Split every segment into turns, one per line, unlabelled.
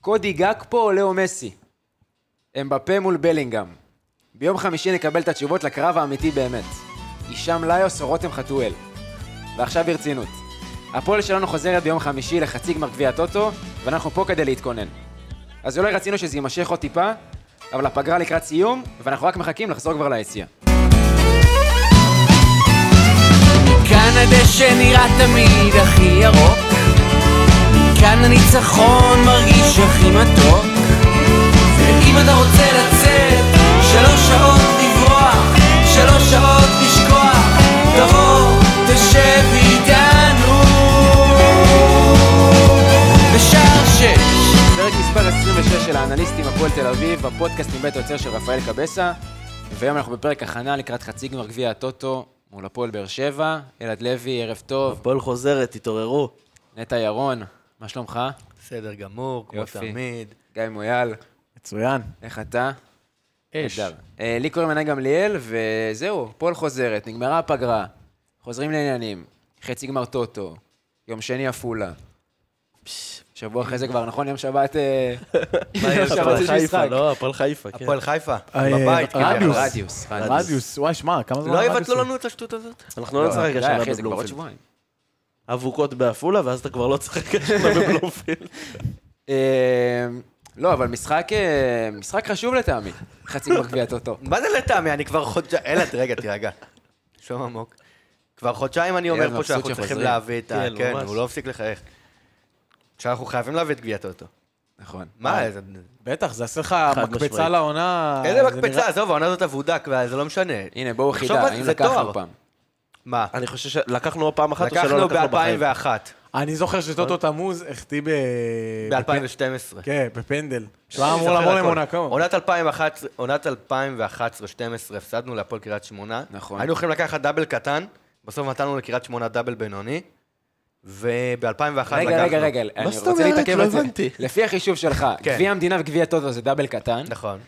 קודי גקפו או לאו מסי? אמבפה מול בלינגהם. ביום חמישי נקבל את התשובות לקרב האמיתי באמת. הישאם ליוס או רותם חתואל. ועכשיו ברצינות. הפועל שלנו חוזרת ביום חמישי לחצי גמר גביע הטוטו, ואנחנו פה כדי להתכונן. אז אולי רצינו שזה יימשך עוד טיפה, אבל הפגרה לקראת סיום, ואנחנו רק מחכים לחזור כבר ליציאה.
מכאן הדשא נראה תמיד הכי ירוק מכאן הניצחון מרגיש הכי מתוק ואם אתה רוצה לצאת שלוש שעות לברוח שלוש שעות לשכוח תבוא, תשב איתנו בשער שש
פרק מספר 26 של האנליסטים הפועל תל אביב, הפודקאסט מבית היוצר של רפאל קבסה, והיום אנחנו בפרק הכנה לקראת חצי גמר גביע הטוטו מול הפועל באר שבע. ילד לוי, ערב טוב,
הפועל חוזרת, תתעוררו.
נטע ירון, מה שלומך?
בסדר גמור, כמו
יופי.
תמיד.
גיא מויאל,
מצוין.
איך אתה?
אש.
נהדר. אה, לי קוראים ענן גמליאל, וזהו, הפועל חוזרת, נגמרה הפגרה, חוזרים לעניינים, חצי גמר טוטו, יום שני עפולה. שבוע אחרי זה כבר, נכון? יום שבת... אה, יום שבת
הפועל
יש
חיפה,
משחק.
לא, הפועל חיפה, כן.
הפועל חיפה,
אה,
בבית,
אה,
כאילו.
רדיוס.
רדיוס, רדיוס.
רדיוס, וואי, שמע, כמה זמן
לא
רדיוס
יבטלו
הוא?
לנו את השטות הזאת?
אנחנו לא נשחק
די,
השנה
אחי, זה כבר עוד
בבלומפילד.
שבועיים.
אבוקות בעפולה, ואז אתה כבר לא תשחק השנה בבלומפילד.
אה, לא, אבל משחק, אה, משחק חשוב לטעמי, חצי גמר גביע טוטו.
מה זה לטעמי? אני כבר חודשיים... אלא, רגע, תירגע. שום עמוק. כבר חודשיים אני
ילד
אומר פה
מבסוט
שאנחנו
שחוזרים.
צריכים להביא את ה...
כן,
כן,
ממש.
הוא לא הפסיק לחייך. שאנחנו חייבים להביא את גביעת אותו.
נכון.
מה, איזה-
בטח, זה יעשה לך
משמעית.
מקפצה לעונה.
איזה
זה
מקפצה?
נראה-
עזוב, העונה הזאת אבודה כבר, זה לא משנה.
הנה, בואו
תחשוב
חידה,
על-
אם
זה
לקחנו
תואר.
פעם.
מה?
אני חושב שלקחנו או פעם אחת או שלא
לקחנו
לקחנו בחיים.
ב-2001,
אני זוכר שטוטו תמוז החטיא ב...
ב-2012.
כן, בפנדל. שהוא היה אמור לעבור למונקו.
עונת 2011 עונת 2011-2012 הפסדנו להפועל קריית שמונה.
נכון.
היינו יכולים לקחת דאבל קטן, בסוף נתנו לקריית שמונה דאבל בינוני, וב-2001 לקחנו.
רגע, רגע, רגע, אני
זאת
רוצה
אומרת?
להתעכב
לא
על זה.
הבנתי.
לפי החישוב שלך,
כן.
גביע המדינה וגביע טוטו זה דאבל קטן,
נכון,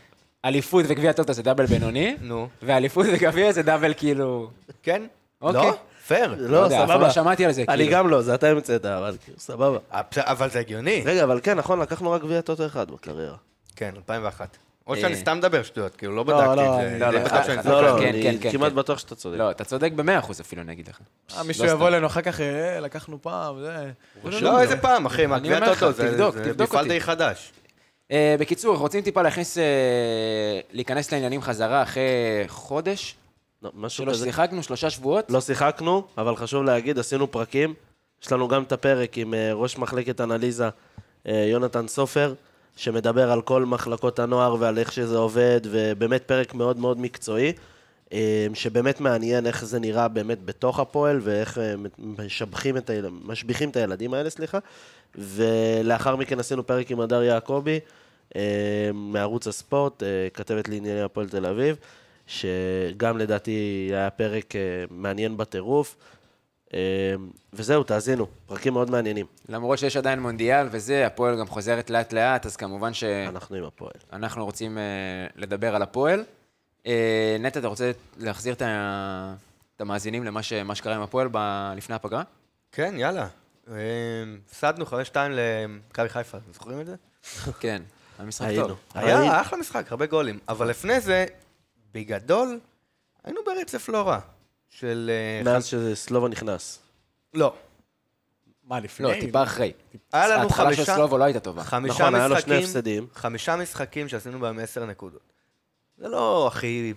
אליפות וגביע טוטו זה דאבל בינוני,
נו.
ואליפות וגביע זה דאבל כאילו...
כן?
אוקיי.
לא? פייר.
לא
לא,
יודע, אף פעם
סבבה.
לא שמעתי על זה,
אני
כאילו.
גם לא, זה אתה המצאת, אבל כאילו, סבבה.
הפס- אבל זה הגיוני.
רגע, אבל כן, נכון, לקחנו רק גביע טוטו אחד בקריירה.
כן, 2001. או
אה.
שאני סתם מדבר שטויות, כאילו,
לא,
לא בדקתי
לא,
את זה.
לא,
אני
לא,
בטוח
אה,
שאני
אה,
צודק.
לא, לא,
כן, כן,
אני
כן,
כמעט
כן.
בטוח שאתה צודק.
לא, אתה צודק במאה אחוז אפילו, אני אגיד לך.
אה, מישהו
לא
יבוא
סתם.
אלינו אחר כך, אה, לקחנו פעם, זה...
לא, איזה פעם, אחי, מה,
אני
גביע
אומר לך,
טוטו, זה
תבדוק,
זה
תבדוק
מפעל
אותי.
די חדש.
אה, בקיצור, רוצים טיפה להכניס... אה, להיכנס לעניינים חזרה אחרי חודש
לא, משהו
שלא
כזה.
שיחקנו, שלושה שבועות.
לא שיחקנו, אבל חשוב להגיד, עשינו פרקים. יש לנו גם את הפרק עם אה, ראש מחלקת אנליזה, אה, יונתן סופר, שמדבר על כל מחלקות הנוער ועל איך שזה עובד, ובאמת פרק מאוד מאוד מקצועי, אה, שבאמת מעניין איך זה נראה באמת בתוך הפועל, ואיך אה, משבחים את היל... משביחים את הילדים האלה, סליחה. ולאחר מכן עשינו פרק עם הדר יעקבי, אה, מערוץ הספורט, אה, כתבת לענייני הפועל תל אביב, שגם לדעתי היה פרק אה, מעניין בטירוף. אה, וזהו, תאזינו, פרקים מאוד מעניינים.
למרות שיש עדיין מונדיאל וזה, הפועל גם חוזרת לאט-לאט, אז כמובן
כן.
אנחנו עם הפועל.
שאנחנו רוצים אה, לדבר על הפועל. אה, נטע, אתה רוצה להחזיר את ה- את המאזינים למה ש- מה שקרה עם הפועל ב- לפני הפגרה?
כן, יאללה. אה, הפסדנו 5-2 למכבי חיפה, אתם זוכרים את זה?
כן, היה משחק
היינו.
טוב.
היינו.
היה אחלה משחק, הרבה גולים. אבל לפני זה, בגדול, היינו ברצף לא רע. של... אה,
מאז שסלובה נכנס.
לא.
מה, לפני?
לא, טיפה אחרי.
היה לנו
ההתחלה של
חמישה-
סלובו לא הייתה טובה.
חמישה
נכון, היה לו שני
משחקים-
הפסדים.
חמישה משחקים שעשינו בהם עשר נקודות. זה לא הכי...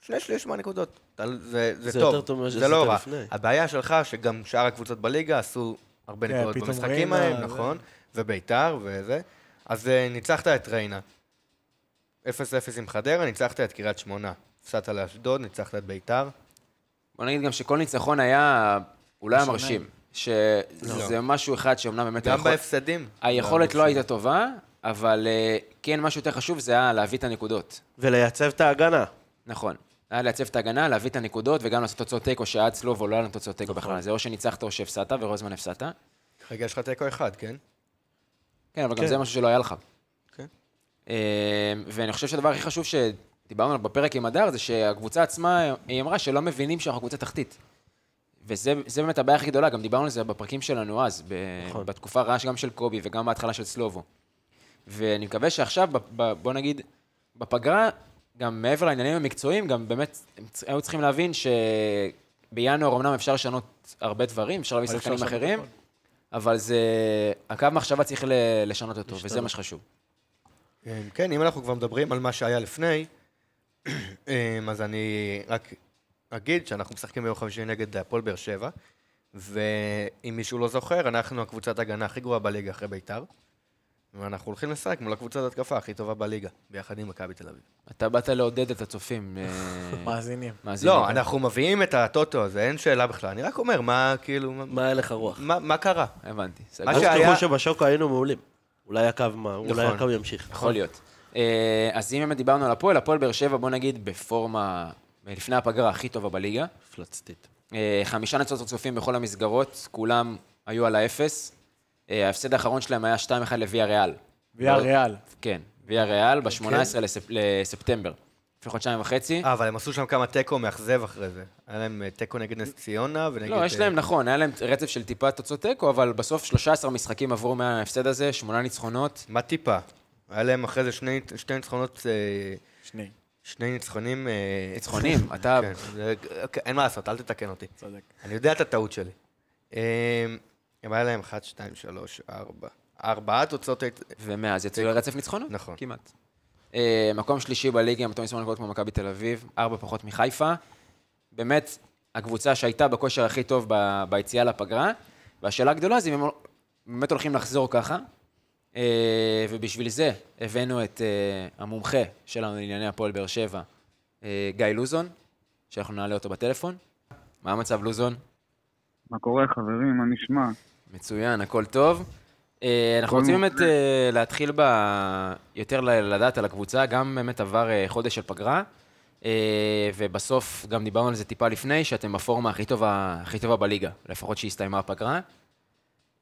שני שליש מהנקודות. אתה- זה, זה,
זה
טוב,
יותר טוב ממה
זה
שעשית
לא רע.
לפני.
הבעיה שלך שגם שאר הקבוצות בליגה עשו הרבה
כן,
נקודות
פתאום
במשחקים
ריינה,
ההם,
זה-
נכון, וביתר וזה. אז אה, ניצחת את ריינה. 0-0 עם חדרה, ניצחת את קריית שמונה. הפסדת לאשדוד, ניצחת את ביתר.
בוא נגיד גם שכל ניצחון היה אולי המרשים. שזה משהו אחד שאומנם באמת...
לא. גם
היכול-
בהפסדים.
היכולת לא הייתה טובה, אבל אה, כן, משהו יותר חשוב זה היה להביא את הנקודות.
ולייצב את ההגנה.
נכון. היה לייצב את ההגנה, להביא את הנקודות וגם לעשות תוצאות תיקו שעד סלובו לא היה לנו תוצאות תיקו בכלל. זה או שניצחת או שהפסדת, ורוב הזמן הפסדת.
לא.
רגע, יש לך תיקו אחד, כן?
כן, אבל גם
כן.
זה משהו שלא היה לך.
כן.
אה, ואני חושב שהדבר הכי חשוב שדיברנו עליו בפרק עם הדר, זה שהקבוצה עצמה, היא אמרה שלא מבינים שאנחנו קבוצה תחתית. וזה זה באמת הבעיה הכי גדולה, גם דיברנו על זה בפרקים שלנו אז, ב-
נכון.
בתקופה הרעה גם של קובי וגם בהתחלה של סלובו. ואני מקווה שעכשיו, ב- ב- בוא נגיד, בפגרה, גם מעבר לעניינים המקצועיים, גם באמת הם צ- היו צריכים להבין שבינואר אמנם אפשר לשנות הרבה דברים, אפשר להביא
אבל אפשר
שחקנים
לשנות
אחרים,
הכל.
אבל זה... הקו מחשבה צריך ל- לשנות אותו, וזה מה שחשוב.
אמ, כן, אם אנחנו כבר מדברים על מה שהיה לפני, אמ, אז אני רק אגיד שאנחנו משחקים ביום חמישי נגד הפועל באר שבע, ואם מישהו לא זוכר, אנחנו הקבוצת הגנה הכי גרועה בליגה אחרי ביתר, ואנחנו הולכים לשחק מול הקבוצת התקפה הכי טובה בליגה, ביחד עם מכבי תל אביב.
אתה באת לעודד את הצופים. אה,
מאזינים.
מאזינים.
לא, אנחנו מביאים את הטוטו הזה, אין שאלה בכלל. אני רק אומר, מה, כאילו, מה-
מה הלך הרוח?
מה מה קרה?
הבנתי,
מה
סגור.
אל
שהיה-
תשכחו שבשוקו היינו מעולים. אולי הקו מה, אולי
נכון.
הקו ימשיך.
יכול להיות. אה, אז אם באמת דיברנו על הפועל, הפועל באר שבע, בוא נגיד, בפורמה, לפני הפגרה הכי טובה בליגה.
מפלצתית.
אה, חמישה נצרות רצופים בכל המסגרות, כולם היו על האפס. אה, ההפסד האחרון שלהם היה 2-1 לוויה ריאל.
ויה ריאל.
כן, ויה ריאל ב-18 לספטמבר, לפני חודשיים וחצי.
אה, אבל הם עשו שם כמה תיקו מאכזב אחרי זה. היה להם אה, תיקו נגד נס ציונה ונגד...
לא, יש
אה,
להם, נכון, היה להם רצף של טיפה תוצאות תיקו, אבל בסוף 13 משחקים עברו מההפסד הזה, שמונה ניצחונות.
מה טיפה? היה להם אחרי זה שני, שני ניצחונות, אה,
שני.
שני ניצחונים... אה,
ניצחונים, אתה...
כן, זה- אוקיי, אין מה לעשות, אל תתקן אותי.
צודק.
אני יודע את הטעות שלי. אה, הם היה להם 1, 2, 3, 4. ארבעה תוצאות... היית-
אה,
ומאז יצאו לרצף ניצחונות.
נכון.
כמעט. אה, מקום שלישי בליגה עם אותו מספר נקודות כמו מכבי תל אביב, ארבע פחות מחיפה. באמת, הקבוצה שהייתה בכושר הכי טוב ב- ביציאה לפגרה, והשאלה הגדולה זה אם הם באמת הולכים לחזור ככה, אה, ובשביל זה הבאנו את אה, המומחה שלנו לענייני הפועל באר שבע, אה, גיא לוזון, שאנחנו נעלה אותו בטלפון. מה המצב, לוזון?
מה קורה, חברים? מה נשמע?
מצוין, הכל טוב. אה, אנחנו רוצים באמת אה, להתחיל ב... יותר ל- לדעת על הקבוצה, גם באמת עבר אה, חודש של פגרה, אה, ובסוף גם דיברנו על זה טיפה לפני, שאתם בפורמה הכי טובה, הכי טובה בליגה, לפחות שהסתיימה הפגרה.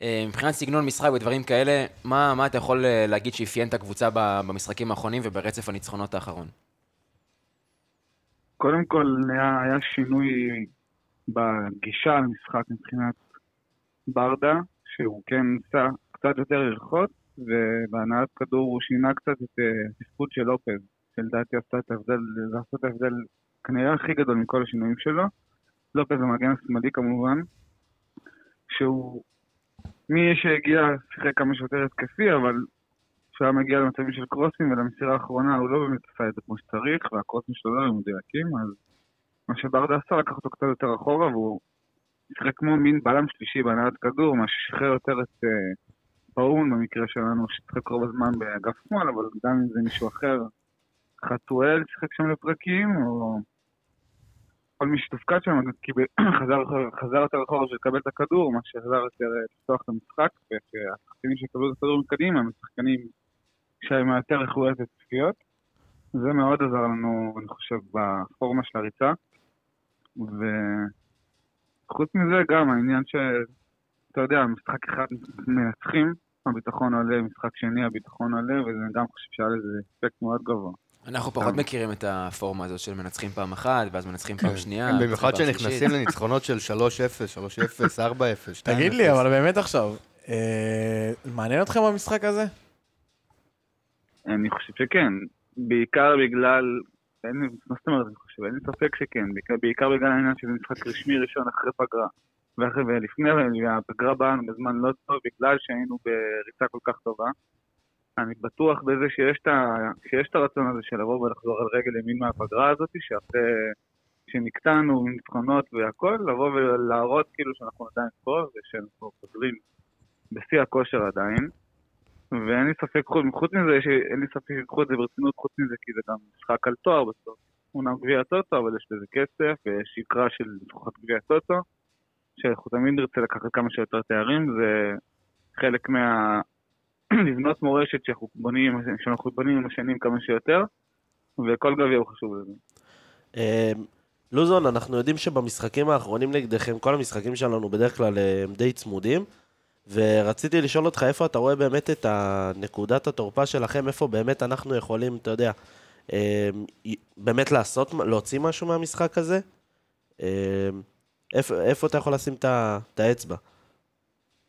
אה, מבחינת סגנון משחק ודברים כאלה, מה, מה אתה יכול אה, להגיד שאפיין את הקבוצה ב- במשחקים האחרונים וברצף הניצחונות האחרון?
קודם כל, היה, היה שינוי בגישה למשחק מבחינת ברדה, שהוא כן ניסה קצת יותר ללחוץ, ובהנעת כדור הוא שינה קצת את אה, התפקוד של לופז, שלדעתי עשה את ההבדל, זה עשה את ההבדל כנראה הכי גדול מכל השינויים שלו. לופז המגן השמאלי כמובן, שהוא מי שהגיע שיחק כמה שיותר התקפי, אבל כשהיה מגיע למצבים של קרוסים ולמסירה האחרונה הוא לא באמת עשה את זה כמו שצריך, והקרוסים שלו לא היו מדויקים, אז מה שברדה עשה לקח אותו קצת יותר אחורה והוא שיחק כמו מין בלם שלישי בהנעת כדור, מה ששחרר יותר את אה, באומן במקרה שלנו, ששיחק רוב הזמן באגף שמאל, אבל גם אם זה מישהו אחר, חתואל שיחק שם לפרקים, או כל מי שתופקד שם קיבל- חזר, חזר יותר אחורה בשביל לקבל את הכדור, מה שעזר יותר אה, לפתוח את המשחק, וכשהשחקנים שקבלו את הכדור מקדימה הם שחקנים שהם יותר איכויות וצפיות. זה מאוד עזר לנו, אני חושב, בפורמה של הריצה. וחוץ מזה, גם העניין ש... אתה יודע, משחק אחד מנצחים, הביטחון עולה, משחק שני הביטחון עולה, וזה גם חושב שהיה לזה אפקט מאוד גבוה.
אנחנו פחות מכירים את הפורמה הזאת של מנצחים פעם אחת, ואז מנצחים פעם שנייה.
כן. במיוחד
פעם שלישית.
שנכנסים לניצחונות של 3-0, 3-0, 4-0, 2-0.
תגיד לי, אבל באמת עכשיו, אה, מעניין אתכם המשחק הזה?
אני חושב שכן, בעיקר בגלל... אין לי, מה זאת אומרת, אני חושב, אין לי ספק שכן, בעיקר, בעיקר בגלל העניין שזה משחק רשמי ראשון אחרי פגרה. ואחרי ולפני, והפגרה באה לנו בזמן לא טוב, בגלל שהיינו בריצה כל כך טובה. אני בטוח בזה שיש את, ה, שיש את הרצון הזה של לבוא ולחזור על רגל ימין מהפגרה הזאת, שאחרי שנקטענו מניצחונות והכל, לבוא ולהראות כאילו שאנחנו עדיין פה, ושאנחנו חוזרים בשיא הכושר עדיין. ואין לי ספק, חוץ, חוץ מזה, יש, אין לי ספק שיקחו את זה ברצינות, חוץ מזה, כי זה גם משחק על תואר בסוף. אומנם גביע הטוטו, אבל יש לזה כסף, ויש יקרה של לפחות גביע הטוטו, שאנחנו תמיד נרצה לקחת כמה שיותר תארים, זה חלק מה... לבנות מורשת שאנחנו בונים, שאנחנו בונים עם השנים כמה שיותר, וכל גביע הוא חשוב לזה.
אה, לוזון, אנחנו יודעים שבמשחקים האחרונים נגדכם, כל המשחקים שלנו בדרך כלל אה, הם די צמודים, ורציתי לשאול אותך איפה אתה רואה באמת את נקודת התורפה שלכם, איפה באמת אנחנו יכולים, אתה יודע, אה, באמת לעשות, להוציא משהו מהמשחק אמ, הזה? אה, איפה, איפה אתה יכול לשים את ה- את האצבע?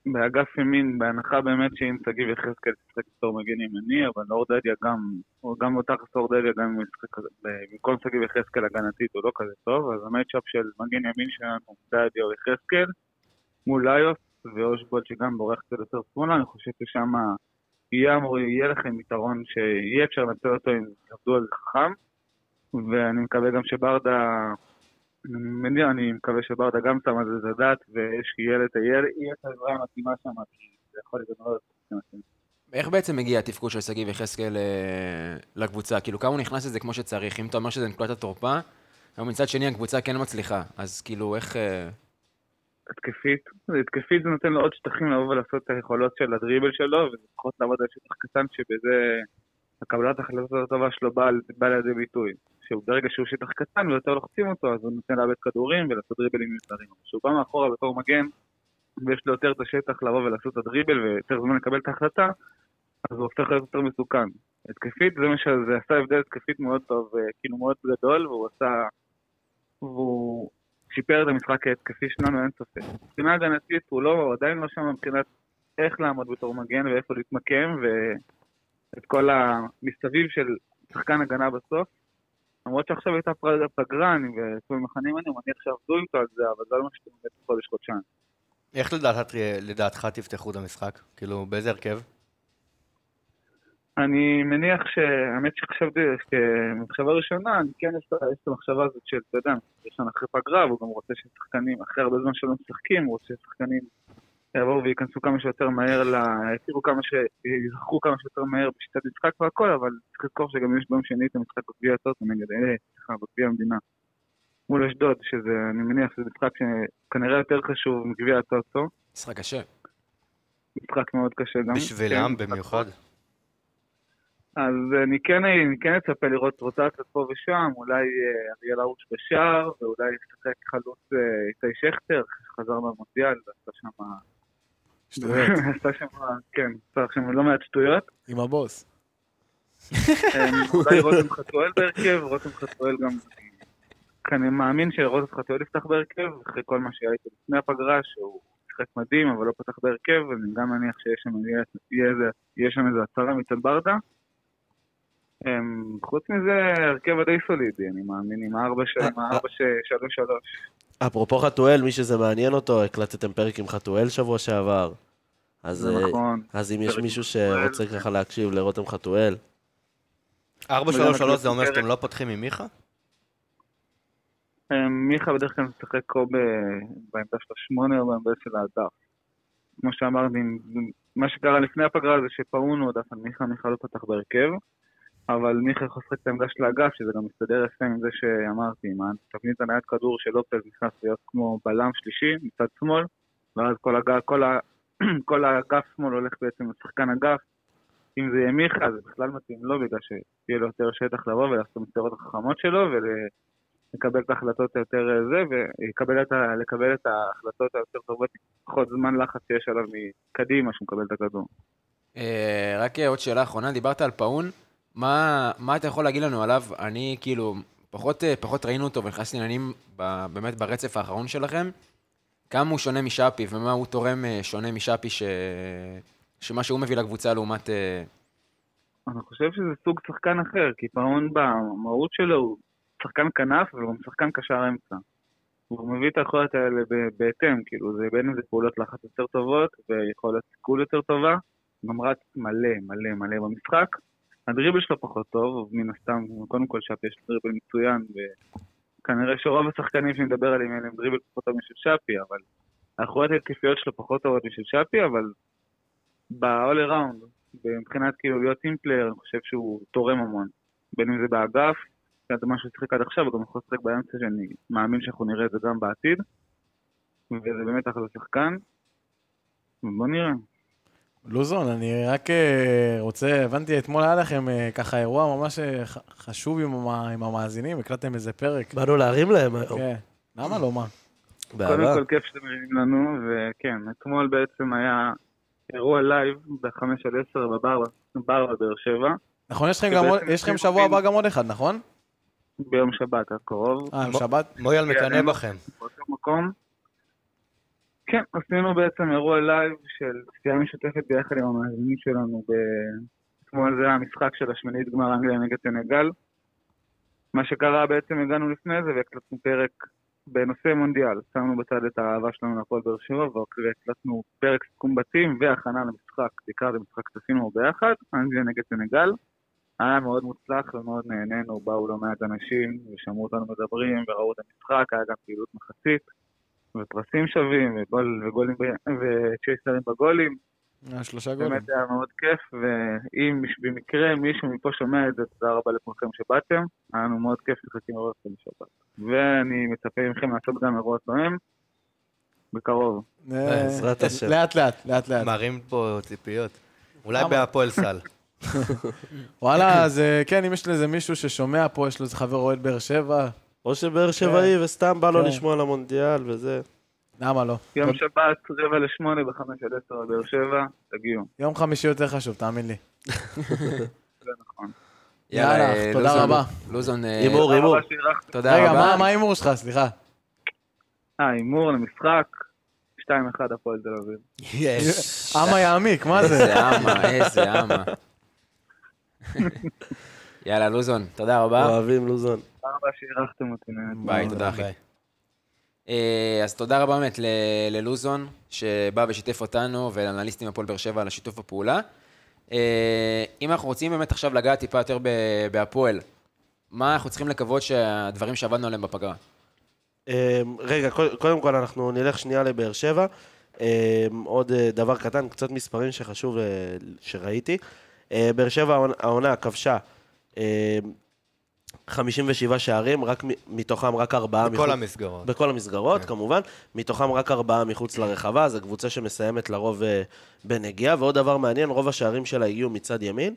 באגף ימין, בהנחה באמת שאם שגיב יחזקאל ישחק בתור מגן ימני, אבל אורדדיה גם, הוא גם לא תחת אורדדיה, גם אם הוא ישחק, במקום שגיב יחזקאל הגנתית הוא לא כזה טוב, אז המצ'אפ של מגן ימין שלנו, דדיה או יחזקאל, מול ליוס ואושבולד שגם בורח קצת יותר שמאלה, אני חושב ששם יהיה אמור, יהיה לכם יתרון שיהיה אפשר לנצל אותו אם יעבדו על זה חכם, ואני מקווה גם שברדה אני מניח, אני מקווה שברדה גם שם על זה את הדעת, ושיהיה לטייל, יהיה את העזרה המתאימה שם, כי זה יכול להיות מאוד מבחינתי.
איך בעצם מגיע התפקוד של שגיב יחזקאל אה, לקבוצה? כאילו, כמה הוא נכנס לזה כמו שצריך? אם אתה אומר שזה נקודת התורפה, אבל מצד שני הקבוצה כן מצליחה. אז כאילו, איך... אה,
התקפית, התקפית זה נותן לו עוד שטחים לבוא ולעשות את היכולות של הדריבל שלו, ולפחות לעבוד על שטח קטן שבזה הקבלת ההחלטות הטובה שלו באה בא לידי ביטוי. שברגע שהוא שטח קטן ויותר לוחצים אותו, אז הוא נותן לאבד כדורים ולעשות דריבלים מיותרים. אבל כשהוא בא מאחורה בתור מגן, ויש לו יותר את השטח לבוא ולעשות את הדריבל ויותר זמן לקבל את ההחלטה, אז הוא הופך להיות יותר מסוכן. התקפית, זה מה שזה עשה הבדל התקפית מאוד טוב, אה, כאילו מאוד גדול, והוא עשה... והוא שיפר את המשחק ההתקפי שלנו, אין ספק. מבחינה הגנתית הוא לא, הוא עדיין לא שם מבחינת איך לעמוד בתור מגן ואיפה להתמקם ואת כל המסביב של שחקן הגנה בסוף. למרות שעכשיו הייתה פר- פגרה, אני וכל מחנים אני מניח שעבדו איתו על זה, אבל זה לא משהו שבאמת חודש חודשיים.
איך לדעת- לדעתך תפתחו את המשחק? כאילו, באיזה הרכב?
אני מניח שהאמת שחשבתי, כמחשבה ראשונה, אני כן יש את- יש את המחשבה הזאת של, אתה יודע, ראשון אחרי פגרה, והוא גם רוצה ששחקנים, אחרי הרבה זמן שלא משחקים, הוא רוצה ששחקנים יבואו וייכנסו כמה שיותר מהר, ל- יכירו כמה ש... יזכרו כמה שיותר מהר בשיטת משחק והכל, אבל צריך לזכור שגם יש ביום שני את המשחק בגביע הטוטו נגד אלה, סליחה, בגביע המדינה. מול אשדוד, שזה, אני מניח שזה משחק שכנראה יותר חשוב מגביע הטוטו,
משחק קשה.
משחק מאוד קשה גם.
בשבילם
כן, משחק
במיוחד.
אז אני כן, אני כן אצפה לראות רוטציות פה ושם, אולי אה, אריאל הרוש בשער, ואולי ישחק חלוץ אה, איתי שכטר, שחזר מהמונדיאל, ועשה שם...
שטויות,
עשה שם, כן, עשה שם לא מעט שטויות.
עם הבוס.
אה, אולי רותם חתואל בהרכב, רותם חתואל גם... אני מאמין שרותם חתואל יפתח בהרכב, אחרי כל מה שהיה איתו לפני הפגרה, שהוא שיחק מדהים, אבל לא פתח בהרכב, אני גם מניח שיש שם, יהיה, יהיה, איזה, יהיה שם איזה הצהרה מצד ברדה. אה, חוץ מזה, הרכב די סולידי, אני מאמין, עם הארבע של... עם הארבע ש... שלוש שלוש.
אפרופו חתואל, מי שזה מעניין אותו, הקלטתם פרק עם חתואל שבוע שעבר. אז,
זה
אה,
נכון.
אז אם יש
פרק
מישהו
עם חתואל.
שרוצה ככה להקשיב לרותם חתואל,
4-3-3 זה אומר
פרק.
שאתם לא פותחים עם מיכה?
אה, מיכה בדרך כלל משחק או ב- בעמדה של השמונה או בעמדה של האגף. כמו שאמרתי, מה שקרה לפני הפגרה זה שפאון הודף על מיכה, מיכה לא פתח בהרכב, אבל מיכה יכול לשחק את העמדה של האגף, שזה גם מסתדר יפה עם זה שאמרתי, עם התבנית הניית כדור של לופז נכנס להיות כמו בלם שלישי מצד שמאל, ואז כל, הגע, כל, ה, כל האגף שמאל הולך בעצם לשחקן אגף. אם זה יהיה מיכה, זה בכלל מתאים לו, בגלל שיהיה לו יותר שטח לבוא ולעשות את המסירות החכמות שלו, ול... לקבל את ההחלטות היותר אה, זה, ולקבל את, ה- לקבל את ההחלטות היותר טובות, פחות זמן לחץ שיש עליו מקדימה שהוא מקבל את הכדור.
אה, רק אה, עוד שאלה אחרונה, דיברת על פאון, מה, מה אתה יכול להגיד לנו עליו? אני כאילו, פחות, אה, פחות ראינו אותו ונכנס לעניינים ב- באמת ברצף האחרון שלכם. כמה הוא שונה משאפי ומה הוא תורם אה, שונה משאפי, ש... שמה שהוא מביא לקבוצה לעומת... אה,
אני חושב שזה סוג שחקן אחר, כי פאון במהות שלו הוא שחקן כנף והוא גם שחקן קשר אמצע. הוא מביא את היכולת האלה ב- בהתאם, כאילו, זה בין אם זה פעולות לחץ יותר טובות ויכולת סיכול יותר טובה, גם רץ מלא מלא מלא במשחק. הדריבל שלו פחות טוב, אבל מן הסתם, קודם כל שפי יש לו דריבל מצוין, וכנראה שרוב השחקנים שאני מדבר עליהם אין להם דריבל פחות טוב משל שפי, אבל היכולות ההתקפיות שלו פחות טובות משל שפי, אבל ב-all around, מבחינת כאילו להיות אימפלייר, אני חושב שהוא תורם המון. בין אם זה באגף, זה מה שהוא שיחק עד עכשיו, הוא גם יכול לשחק באמצע שאני מאמין שאנחנו נראה את זה גם בעתיד. וזה באמת אחלה שחקן. בוא נראה.
לוזון, אני רק אה, רוצה, הבנתי, אתמול היה לכם אה, ככה אירוע ממש אה, ח- חשוב עם המ- עם המאזינים, הקלטתם איזה פרק.
באנו להרים להם היום.
כן. למה לא, מה?
באהבה.
קודם כל כיף שאתם מבינים לנו, וכן, אתמול בעצם היה אירוע לייב ב-5 עד 10 בבר בר בבאר שבע,
נכון, יש לכם גם עוד-
שבעצם
יש לכם
הם
שבוע
עובדים-
הבא גם עוד אחד, נכון?
ביום שבת הקרוב,
אה, עם
מו-
שבת?
מויאל
כן,
מקנא
הם-
בכם.
באותו מקום. כן, עשינו בעצם אירוע לייב של צפייה משותפת ביחד עם המאזינים שלנו ב... אתמול זה היה המשחק של השמינית גמר אנגליה נגד סנגל. מה שקרה בעצם הגענו לפני זה והקלטנו פרק בנושא מונדיאל. שמנו בצד את האהבה שלנו להפועל באר שבע והקלטנו פרק סיכום בתים והכנה למשחק, בעיקר למשחק שעשינו ביחד, אנגליה נגד סנגל. היה מאוד מוצלח ומאוד נהנינו, באו לא מעט אנשים ושמעו אותנו מדברים וראו את המשחק, היה גם פעילות מחצית ופרסים שווים וגול, וגולים ב- וצ'ייסרים בגולים.
אה, שלושה גולים.
באמת היה מאוד כיף, ואם במקרה מישהו מפה שומע את זה, תודה רבה לכולכם שבאתם. היה לנו מאוד כיף לחכים לראות אתכם בשבת. ואני מצפה מכם לעשות גם אירוע תואם, בקרוב.
אה,
בעזרת השם.
לאט לאט, לאט לאט.
מרים פה ציפיות. אולי
למה?
בהפועל סל.
וואלה, אז אה, כן, אם יש לזה מישהו ששומע פה, יש לו איזה חבר אוהד באר שבע,
או שבאר שבעי וסתם בא לו
כן.
לשמוע על המונדיאל וזה.
למה לא?
יום שבת, רבע לשמונה, בחמש עד עשר, באר שבע, תגיעו.
יום חמישי יותר חשוב, תאמין לי.
זה נכון.
יאללה,
אה,
תודה
לוזון,
רבה.
לוזון, אה,
הימור, הימור.
תודה רבה שאירחתם.
תודה
רגע,
רבה.
מה- מה ההימור שלך? סליחה.
אה, הימור למשחק, 2-1 הפועל תל אביב.
אמה יעמיק,
Ah,
מה זה?
איזה אמה, איזה אמה. יאללה, לוזון, תודה רבה.
אוהבים לוזון.
תודה רבה שאירחתם אותי. נהנתי.
ביי, תודה אחי.
ביי.
אה, אז תודה רבה באמת ל- ללוזון, שבא ושיתף אותנו, ולאנליסטים הפועל באר שבע על השיתוף הפעולה. אה, אם אנחנו רוצים באמת עכשיו לגעת טיפה יותר ב- בהפועל, מה אנחנו צריכים לקוות שהדברים שעבדנו עליהם בפגרה?
אמ, רגע, קוד- קודם כל אנחנו נלך שנייה לבאר שבע. אמ, עוד אה, דבר קטן, קצת מספרים שחשוב אה, שראיתי. אה, באר שבע העונה- העונה כבשה אמ, 57 שערים, רק מ- מתוכם רק ארבעה
בכל המסגרות.
בכל המסגרות, כמובן. מתוכם רק ארבעה מחוץ לרחבה, זו קבוצה שמסיימת לרוב אה, בנגיעה. ועוד דבר מעניין, רוב השערים שלה הגיעו מצד ימין,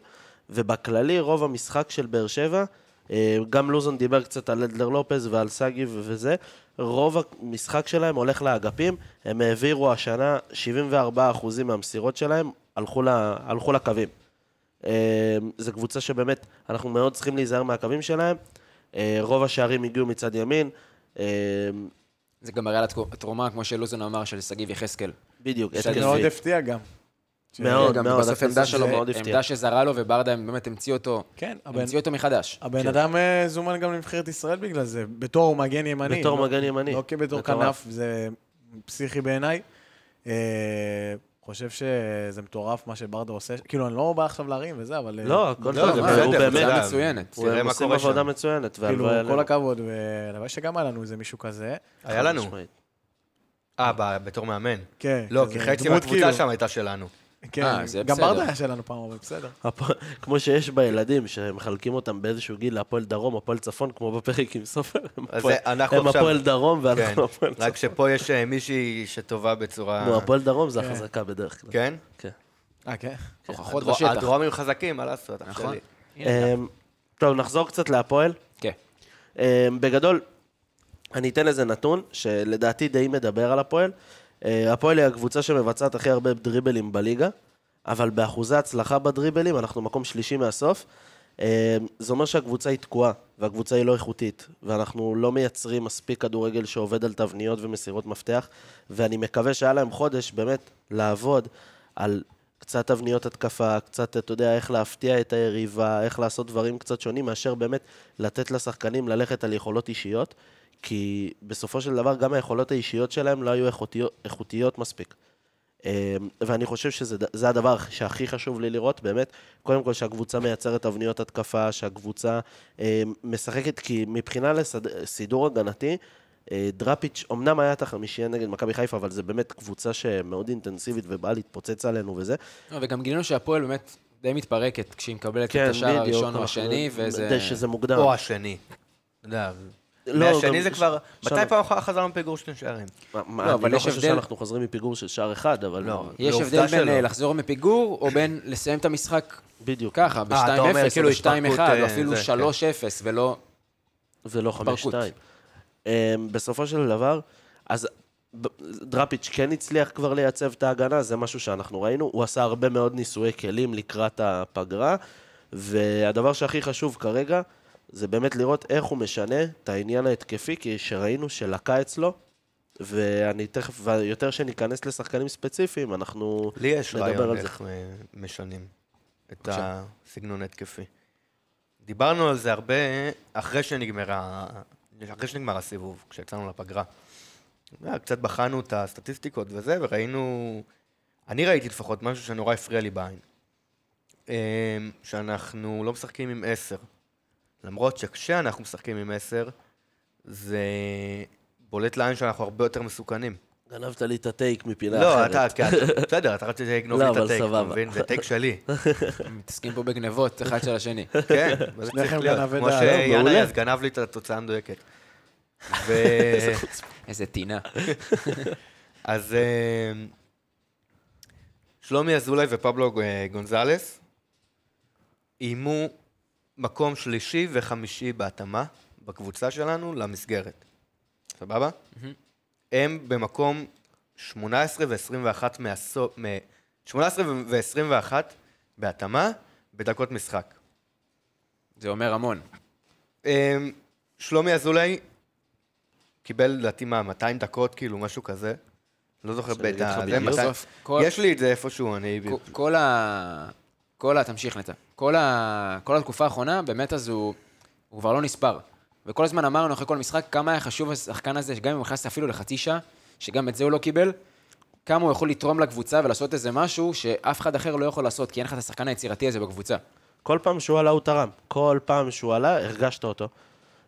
ובכללי רוב המשחק של באר שבע, אה, גם לוזון דיבר קצת על אדלר לופז ועל סגי ו- וזה, רוב המשחק שלהם הולך לאגפים, הם העבירו השנה 74% מהמסירות שלהם, הלכו, ל- הלכו לקווים. אה, זו קבוצה שבאמת, אנחנו מאוד צריכים להיזהר מהקווים שלהם. אה, רוב השערים הגיעו מצד ימין. אה,
זה גם מראה על התק- התרומה, כמו שלוזון אמר, של שגיב יחזקאל.
בדיוק,
בסדר,
זה
כיפי.
מאוד
התקפי.
הפתיע גם.
מאוד,
גם
מאוד.
בסוף עמדה
הכניסה
שלו,
מאוד הפתיעה.
עמדה שזרה לו, וברדה הם באמת המציאו אותו,
כן, הבן-
המציאו אותו מחדש.
הבן אדם אה, זומן גם לנבחרת ישראל בגלל זה, בתור מגן ימני.
בתור
לא-
מגן ימני.
לא כבתור
מטורף.
כנף, זה פסיכי בעיניי. אה, חושב שזה מטורף מה שברדה עושה. כאילו, אני לא בא עכשיו להרים וזה, אבל... אה,
לא, הכל
לא,
טוב,
זה
הוא
בסדר,
באמת,
זה
גם-
מצוינת.
תראה
הם
מה
עושים
קורה
עבודה
שם.
מצוינת,
כאילו,
והלוואי
כל
עלינו.
הכבוד, והלוואי שגם היה לנו איזה מישהו כזה.
היה לנו.
משמעית.
אה, ב- בתור מאמן.
כן.
לא,
כזה
כי חצי
דמות
מהקבוצה
כאילו.
שם הייתה שלנו.
כן,
אה, זה
גם
בסדר.
ברדה היה שלנו פעם, אבל בסדר.
הפועל- כמו שיש בילדים, שמחלקים אותם באיזשהו גיל להפועל דרום, הפועל צפון, כמו בפרק עם סופר, הם
אז
הפועל-
אנחנו
הם
עכשיו-
הפועל דרום
כן.
ואנחנו הפועל
רק
צפון.
שפה יש אה, מישהי שטובה בצורה...
נו, הפועל דרום זה החזקה בדרך כלל.
כן?
כן.
אה, כן?
הוכחות
הדרו-
בשטח.
הדרומים חזקים, מה לעשות, אח
נכון.
שלי.
אמ, טוב, נחזור קצת להפועל.
כן.
אמ, בגדול, אני אתן איזה נתון שלדעתי די מדבר על הפועל. אה, הפועל היא הקבוצה שמבצעת הכי הרבה דריבלים בליגה, אבל באחוזי הצלחה בדריבלים אנחנו מקום שלישי מהסוף. אה, זה אומר שהקבוצה היא תקועה, והקבוצה היא לא איכותית, ואנחנו לא מייצרים מספיק כדורגל שעובד על תבניות ומסירות מפתח, ואני מקווה שהיה להם חודש באמת לעבוד על קצת תבניות התקפה, קצת, אתה יודע, איך להפתיע את היריבה, איך לעשות דברים קצת שונים, מאשר באמת לתת לשחקנים ללכת על יכולות אישיות, כי בסופו של דבר גם היכולות האישיות שלהם לא היו איכותיות, איכותיות מספיק. אה, ואני חושב שזה ד- זה הדבר שהכי חשוב לי לראות, באמת, קודם כל שהקבוצה מייצרת תבניות התקפה, שהקבוצה אה, משחקת, כי מבחינה לסידור הגנתי, אה, דראפיץ', אמנם היה את החמישייה נגד מכבי חיפה, אבל זה באמת קבוצה שמאוד אינטנסיבית ובאה להתפוצץ עלינו וזה.
לא, וגם גילינו שהפועל באמת די מתפרקת כשהיא מקבלת
כן,
את השער
כן, בדיוק,
הראשון או
אנחנו-
השני, וזה...
די שזה מוקדם.
או השני. אתה יודע,
לא, גם-
והשני זה כבר...
ש-
מתי
שם-
פעם אחרונה חזרנו מפיגור שני שערים?
מה- מה,
לא,
אני
אבל
לא
יש
חושב
הבדל-
שאנחנו חוזרים מפיגור של שער אחד, אבל...
לא.
יש
לעובדה
הבדל בין
שלא.
אה, לחזור מפיגור, או בין לסיים את המשחק
בדיוק.
ככה, ב-2-0,
אתה אומר,
או
כאילו,
ב-2-1, או
התפרקות, אה,
אפילו
זה,
3-0, ולא...
ולא לא חמש
התפרקות.
שתיים. אמ, בסופו של דבר, אז ב- דראפיץ' כן הצליח כבר לייצב את ההגנה, זה משהו שאנחנו ראינו. הוא עשה הרבה מאוד ניסויי כלים לקראת הפגרה, והדבר שהכי חשוב כרגע, זה באמת לראות איך הוא משנה את העניין ההתקפי, כי שראינו שלקה אצלו ואני תכף, ויותר שניכנס לשחקנים ספציפיים, אנחנו...
לי יש
נדבר
רעיון
על זה.
איך אה, משנים את
בבקשה.
הסגנון ההתקפי. דיברנו על זה הרבה אחרי שנגמרה, אחרי שנגמר הסיבוב, כשיצאנו לפגרה. אה, קצת בחנו את הסטטיסטיקות וזה, וראינו... אני ראיתי לפחות משהו שנורא הפריע לי בעין. אה, שאנחנו לא משחקים עם עשר. למרות שכשאנחנו משחקים עם עשר, זה בולט לעין שאנחנו הרבה יותר מסוכנים.
גנבת לי את הטייק מפינה
לא,
אחרת.
אתה, כן, בסדר, אתה רצית לגנוב
לא,
לי את
אבל
הטייק, אתה
סבבה.
מבין? זה טייק שלי.
מתעסקים פה בגנבות אחד של השני.
כן, אבל זה
שניכם
צריך להיות.
גנבי
כמו
דעת.
שיאנה
לא, מעולה.
אז גנב לי את התוצאה המדויקת. ו...
איזה טינה.
אז אה, שלומי אזולאי ופבלו אה, גונזלס איימו מקום שלישי וחמישי בהתאמה בקבוצה שלנו למסגרת. סבבה? הם במקום 18 ו-21 מהסוף, מ- 18 ו-21 בהתאמה בדקות משחק.
זה אומר המון.
אמ, שלומי אזולאי קיבל לדעתי מה, 200 דקות, כאילו, משהו כזה. לא זוכר
שאני
בית
אגיד לך
ה... זה,
בדיוק.
מתי-
בסוף, כל-
יש לי את זה איפשהו, אני...
כל- כל ה... כל ה... תמשיך נטע. כל ה... כל התקופה האחרונה, באמת אז הוא... הוא כבר לא נספר. וכל הזמן אמרנו אחרי כל משחק כמה היה חשוב השחקן הזה, שגם אם הוא נכנס אפילו לחצי שעה, שגם את זה הוא לא קיבל, כמה הוא יכול לתרום לקבוצה ולעשות איזה משהו שאף אחד אחר לא יכול לעשות, כי אין לך את השחקן היצירתי הזה בקבוצה.
כל פעם שהוא עלה הוא תרם. כל פעם שהוא עלה, הרגשת אותו.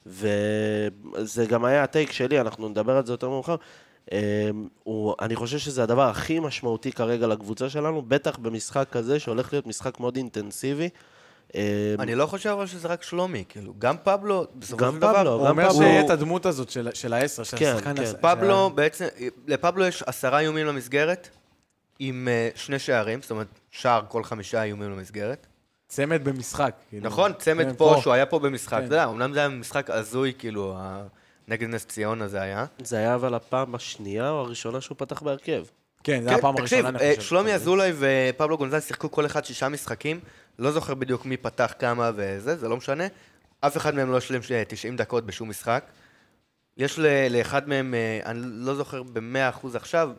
וזה גם היה הטייק שלי, אנחנו נדבר על זה יותר מאוחר. אמ, הוא, אני חושב שזה הדבר הכי משמעותי כרגע לקבוצה שלנו, בטח במשחק כזה שהולך להיות משחק מאוד אינטנסיבי. אמ,
אני לא חושב אבל שזה רק שלומי, כאילו, גם פבלו, בסופו
גם
של
פבלו,
דבר...
הוא
גם
אומר
פבלו-
שיהיה את הדמות הזאת של- של העשר, של
כן,
השחקן
כן.
הזה.
פבלו בעצם, לפבלו יש עשרה איומים למסגרת, עם אה, שני שערים, זאת אומרת, שער כל חמישה איומים למסגרת.
צמד במשחק. כאילו.
נכון, צמד
כן,
פה, שהוא היה פה במשחק.
כן.
אתה יודע, אמנם זה היה משחק הזוי, כאילו, ה- נגד נס ציונה זה היה.
זה היה אבל הפעם השנייה או הראשונה שהוא פתח בהרכב.
כן, זה
כן,
היה הפעם הראשונה, אני
תקשיב,
חושב.
אה,
אוקיי.
שלומי אזולאי ופבלו גונזל שיחקו כל אחד שישה משחקים, לא זוכר בדיוק מי פתח כמה וזה, זה לא משנה. אף אחד מהם לא השלים ש- 90 דקות בשום משחק. יש ל- לאחד מהם, אה, אני לא זוכר ב-100% עכשיו,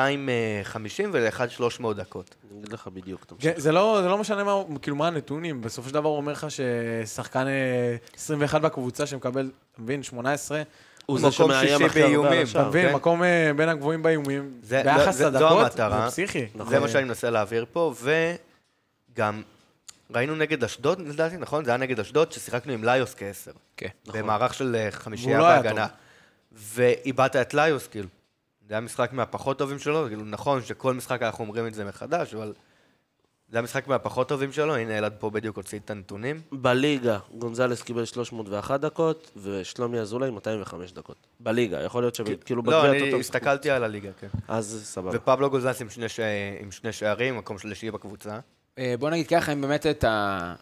250 ולאחד 300 דקות.
אני אגיד לך בדיוק, תמשיך.
כן, זה לא, זה לא משנה מה, הוא- כאילו, מה הנתונים, בסופו של דבר הוא אומר לך ששחקן אה, 21 בקבוצה שמקבל, אתה מבין, 18,
הוא
מקום
זה שמאיים
שישי
הכי הרבה על
באיומים.
אתה
השאר.
מבין,
כן.
מקום אה, בין הגבוהים באיומים,
זה- לא,
ביחס
זה- זו
לדקות,
המטרה. נכון.
זה פסיכי.
זה מה שאני מנסה להעביר פה, וגם ראינו נגד אשדוד, לדעתי, נכון? זה היה נגד אשדוד, ששיחקנו עם ליוס כעשר.
כן.
במערך של אה, חמישייה
נכון. והוא לא היה
בהגנה. ואיבדת את ליוס, כאילו. זה היה משחק מהפחות טובים שלו, כאילו, נכון שכל משחק אנחנו אומרים את זה מחדש, אבל... זה היה משחק מהפחות טובים שלו, הנה אלעד פה בדיוק הוציא את הנתונים.
בליגה גונזלס קיבל 301 דקות, ושלומי אזולאי 205 דקות. בליגה, יכול להיות
כאילו
שכאילו
לא,
בגביע
אני
הטוטו-
הסתכלתי על הליגה, כן.
אז סבבה.
ופבלו גוזלס עם שני ש- עם שני שערים, מקום שלישי בקבוצה.
אה, בוא נגיד ככה, אם באמת את ה...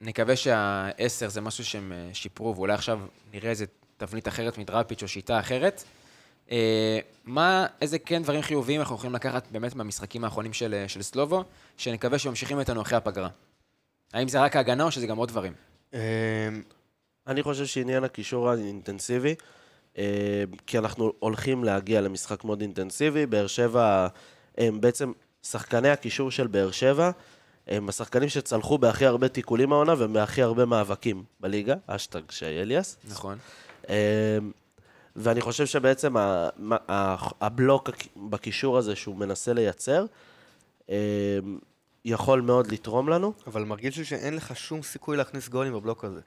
נקווה שהעשר זה משהו שהם אה, שיפרו, ואולי עכשיו נראה איזה תבנית אחרת מדראפיץ' או שיטה אחרת. אה, מה, איזה כן דברים חיוביים אנחנו יכולים לקחת באמת מהמשחקים האחרונים של, אה, של סלובו, שנקווה שממשיכים איתנו אחרי הפגרה. האם זה רק ההגנה או שזה גם עוד דברים?
אמ,
אני חושב שעניין הקישור האינטנסיבי, אה, כי אנחנו הולכים להגיע למשחק מאוד אינטנסיבי. באר שבע, הם בעצם שחקני הקישור של באר שבע, הם השחקנים שצלחו בהכי הרבה תיקולים העונה ובהכי הרבה מאבקים בליגה, אשטג שי אליאס.
נכון.
אה,
אמ, ואני חושב שבעצם ה- מה- ה- הבלוק הק- בקישור הזה שהוא מנסה לייצר, אמ, יכול מאוד לתרום לנו.
אבל מרגיש לי שאין לך שום סיכוי להכניס גולים בבלוק הזה.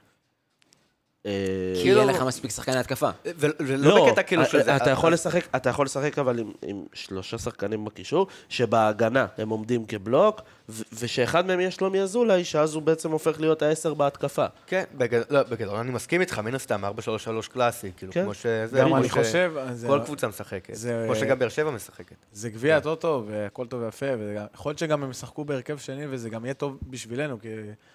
אמ,
כי
כאילו-
אין לך מספיק שחקן להתקפה.
אה, ו-
לא
ולא בקטע כאילו של זה.
לא, אה, אתה
אה,
יכול לשחק, אתה יכול לשחק אבל עם, עם שלושה שחקנים בקישור, שבהגנה הם עומדים כבלוק, ו- ושאחד מהם יהיה שלומי אזולאי, שאז הוא בעצם הופך להיות העשר בהתקפה.
כן, בגד- לא, בגדול אני מסכים איתך, מן הסתם, 4-3-3 קלאסי, כאילו,
כן.
כמו שזה,
גם
כמו
אני
ש-
חושב, אז
כל
זה-
קבוצה משחקת.
זה-
כמו שגם באר שבע משחקת.
זה
כן.
גביע הטוטו, והכל טוב ויפה, ויכול להיות שגם הם ישחקו בהרכב שני, וזה גם יהיה טוב בשבילנו, כי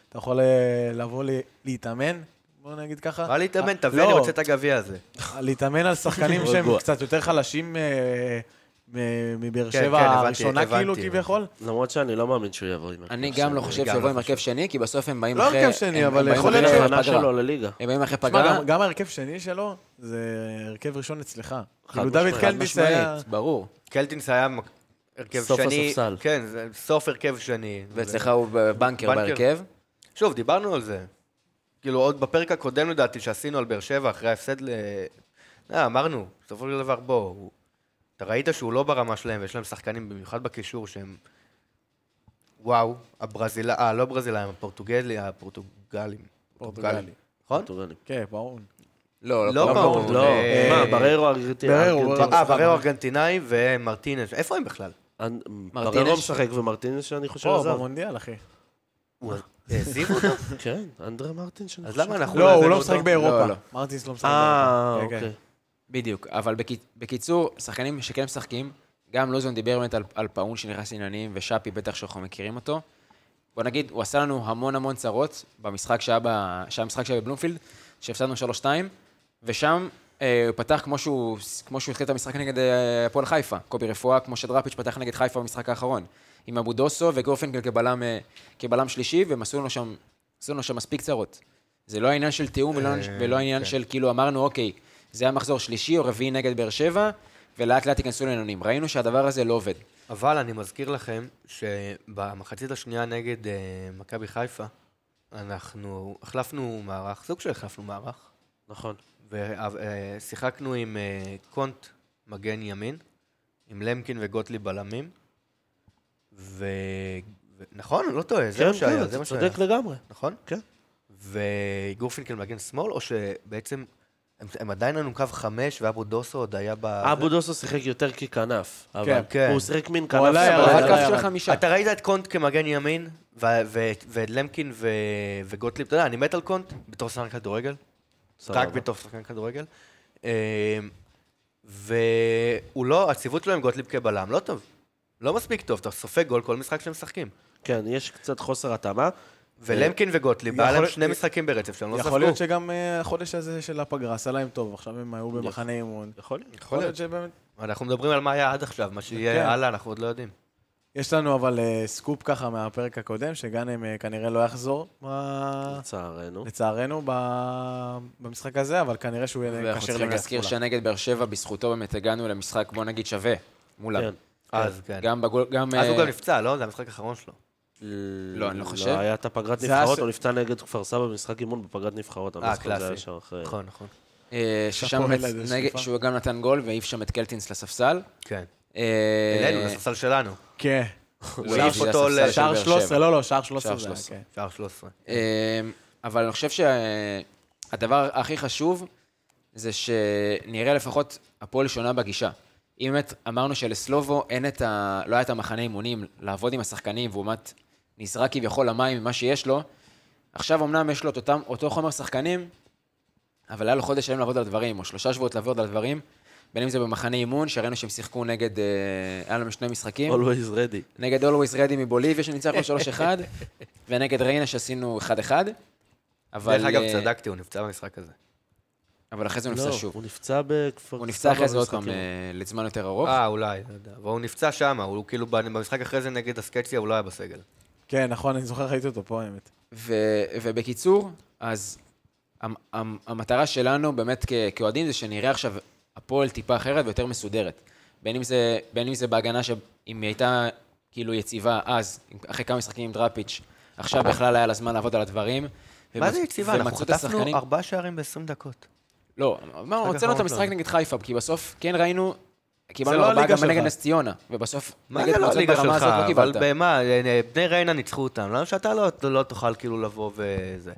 אתה יכול אה, לבוא ל- להתאמן, בוא נגיד ככה.
מה להתאמן?
אה,
תביא, אני
לא,
רוצה את הגביע הזה.
להתאמן על שחקנים שהם קצת יותר חלשים אה, מ- מבאר
כן,
שבע
כן, הבנתי,
הראשונה
הבנתי,
כאילו
הבנתי.
כביכול?
למרות שאני לא מאמין שהוא יבוא עם...
אני גם לא חושב
גם
שהוא
לא
יבוא עם הרכב שני, כי בסוף הם באים
לא
אחרי...
הרכב שני,
הם-
אבל
הם
יכול
באים
להיות
אחרי
ההכנה
פגרה.
שלו לליגה.
הם באים אחרי
תשמע,
פגרה,
גם- גם ההרכב שני שלו זה הרכב ראשון אצלך. כאילו
משמעית.
דוד
חד
חד
קלדיס היה...
משמעית, ברור.
קלטינס היה מק- הרכב
סוף
שני.
הספסל.
כן, זה סוף הרכב שני.
ואצלך הוא בנקר
בנקר.
בהרכב.
שוב, דיברנו על זה. כאילו, עוד בפרק הקודם לדעתי שעשינו על באר שבע, אחרי ההפסד ל... אה, אמרנו, בסופו של דבר, בוא, הוא... אתה ראית שהוא לא ברמה שלהם, ויש להם שחקנים, במיוחד בקישור, שהם... וואו, הברזילאים, אה, לא ברזילאים, הפורטוגלי, הפורטוגלים.
פורטוגלי.
נכון?
פורטוגלים.
כן, ברור.
לא,
לא
לא
ברור.
ברור.
לא,
אה,
מה, בררו
בררו,
ארגנטיני.
לא,
בררו.
אה, בררו ארגנטינאי ומרטינז, איפה הם בכלל?
בררו משחק ומרטינס שאני חושב
פה,
עזב.
במונדיאל, אחי.
העזיבו אותו?
כן, אנדרה מרטין שאני
אז
חושב.
למה אנחנו...
לא, הוא
נעזב
לא
אותו?
משחק באירופה.
לא.
מרטינס לא משחק
אה,
באירופה. כן, כן.
אוקיי.
בדיוק, אבל בקיצ- בקיצור, שחקנים שכן משחקים, גם לוזון דיבר באמת על, על פאון שנכנס לעניינים, ושאפי בטח שאנחנו מכירים אותו. בוא נגיד, הוא עשה לנו המון המון צרות במשחק שהיה, ב, שהיה משחק שהיה בבלומפילד, שהפסדנו 3-2, ושם אה, הוא פתח כמו שהוא, כמו שהוא התחיל את המשחק נגד אה, הפועל חיפה. קובי רפואה, כמו שדראפיץ' פתח נגד חיפה במשחק האחרון. עם אבו דוסו וגורפינגל כבלם, אה, כבלם שלישי, והם עשו לנו שם, עשו לנו שם מספיק צרות. זה לא העניין של תיאום ולא, ולא העניין של כאילו אמרנו, אוקיי, זה היה מחזור שלישי או רביעי נגד באר שבע, ולאט לאט ייכנסו לעניינים. ראינו שהדבר הזה לא עובד.
אבל אני מזכיר לכם שבמחצית השנייה נגד אה, מכבי חיפה, אנחנו החלפנו מערך, סוג של החלפנו מערך,
נכון.
ושיחקנו עם אה, קונט מגן ימין, עם למקין וגוטליב בלמים, ו... ו- נכון, אני לא טועה, זה
כן,
מה שהיה,
כן,
זה
אתה
מה שהיה,
צודק לגמרי.
נכון?
כן.
וגורפינקל מגן שמאל, או שבעצם הם- הם עדיין היו קו חמש, ואבו דוסו עוד היה ב...
אבו דוסו שיחק יותר ככנף, אבל
כן,
אה, כן.
הוא שיחק מין
הוא
כנף.
עלה,
שמאל.
אבל
לא,
ירד,
רק
ירד.
קו של חמישה.
אתה ראית את קונט כמגן ימין, ו- ו- ואת למקין ו- וגוטליב, אתה יודע, אני מת על קונט, בתור שחקן כדורגל,
סבבה.
רק בתור שחקן כדורגל. אמ, והוא לא, הציוות שלו עם גוטליב כבלם לא טוב. לא מספיק טוב, אתה סופג גול כל משחק שהם משחקים.
כן, יש קצת חוסר התאמה.
ולמקין וגוטליב, היה
יכול-
להם שני משחקים ברצף שהם לא ספגו.
יכול להיות שגם אה, החודש הזה של הפגרה עשה להם טוב, עכשיו הם היו במחנה אימון.
יכול להיות.
יכול להיות שבאמת...
אנחנו מדברים על מה היה עד עכשיו, מה
כן.
שיהיה הלאה, אנחנו עוד לא יודעים.
יש לנו אבל אה, סקופ ככה מהפרק הקודם, שגאנם אה, כנראה לא יחזור, ב-
לצערנו.
לצערנו, ב- במשחק הזה, אבל כנראה שהוא יהיה
ואנחנו
כשר
צריכים
לגס
להזכיר שנגד באר שבע, בזכותו באמת הגענו למשחק, בוא נגיד, שווה. מולם.
כן.
אז כן.
גם בגול, גם...
אז הוא
אה,
גם נפצע, לא? זה המשחק האחרון שלו.
לא, אני לא חושב.
היה את הפגרת
זה היה
נבחרות,
ס-
הוא נפצע נגד כפר סבא במשחק אימון בפגרת נבחרות. אני לא
אה,
זוכר, זה היה
קלאסי.
ישר אחרי.
נכון, נכון.
אה, ששם
שאפו
באמת
אלה, זה
נגד-
שטיפה.
שהוא גם נתן גול והעיף שם את קלטינס לספסל.
כן.
אה,
אלינו, לספסל שלנו.
כן.
הוא
הוא
העיף
העיף
שזה
אותו
הספסל
ל-
של
שער
באר
13,
שבע.
לא, לא, שער
שער
13 זה היה,
13.
כן.
שער 13.
אמ, אבל אני חושב שהדבר הכי חשוב זה שנראה לפחות הפועל שונה בגישה. אם באמת אמרנו שלסלובו אין את ה... לא היה את המחנה אימונים, לעבוד עם השחקנים, והוא באמת נזרק כביכול למים ממה שיש לו, עכשיו אמנם יש לו את אותם, אותו חומר שחקנים, אבל היה לו חודש שלם לעבוד על דברים, או שלושה שבועות לעבוד על דברים, בין אם זה במחנה אימון, שראינו שהם שיחקו נגד... אה, היה להם שני משחקים.
Always ready.
נגד Always Ready מבוליביה שניצחנו 3-1, ונגד ריינה שעשינו 1-1, אבל...
דרך אגב,
אה,
צדקתי, הוא נפצע במשחק הזה.
אבל אחרי זה הוא נפצע
לא,
שוב.
הוא לא נפצע בכפר סבא.
הוא נפצע אחרי זה עוד
במשחק
פעם
אימון.
אה, לזמן יותר ארוך.
אה, אולי, לא יודע. והוא נפצע שם, הוא כאילו במשחק אחרי זה נגד הסקציה, הוא לא היה בסגל.
כן, נכון, אני זוכר, ראיתי אותו פה, האמת.
ו- ובקיצור, אז המ- המ- המטרה שלנו באמת כ- כאוהדים זה שנראה עכשיו הפועל טיפה אחרת ויותר מסודרת. בין אם זה, בין אם זה בהגנה שאם היא הייתה כאילו יציבה אז, אחרי כמה משחקים עם דראפיץ', עכשיו בכלל היה לה זמן לעבוד על הדברים.
מה
ומצ-
זה יציבה? אנחנו
ומצאו את
חטפנו
השחקנים-
ארבעה שערים ב-20 דקות.
לא, אמרנו, הוצאנו את
האחרון
המשחק
שלנו.
נגד חיפה, כי בסוף כן ראינו, קיבלנו
לא
ארבעה
הליגה
גם נגד
שלך.
נס ציונה, ובסוף
מה זה לא
קבוצות
הליגה
ברמה
שלך?
הזאת לא
אבל
קיבלת.
במה? אה, בני ריינה ניצחו אותם. למה שאתה לא- לא תוכל כאילו לבוא וזה?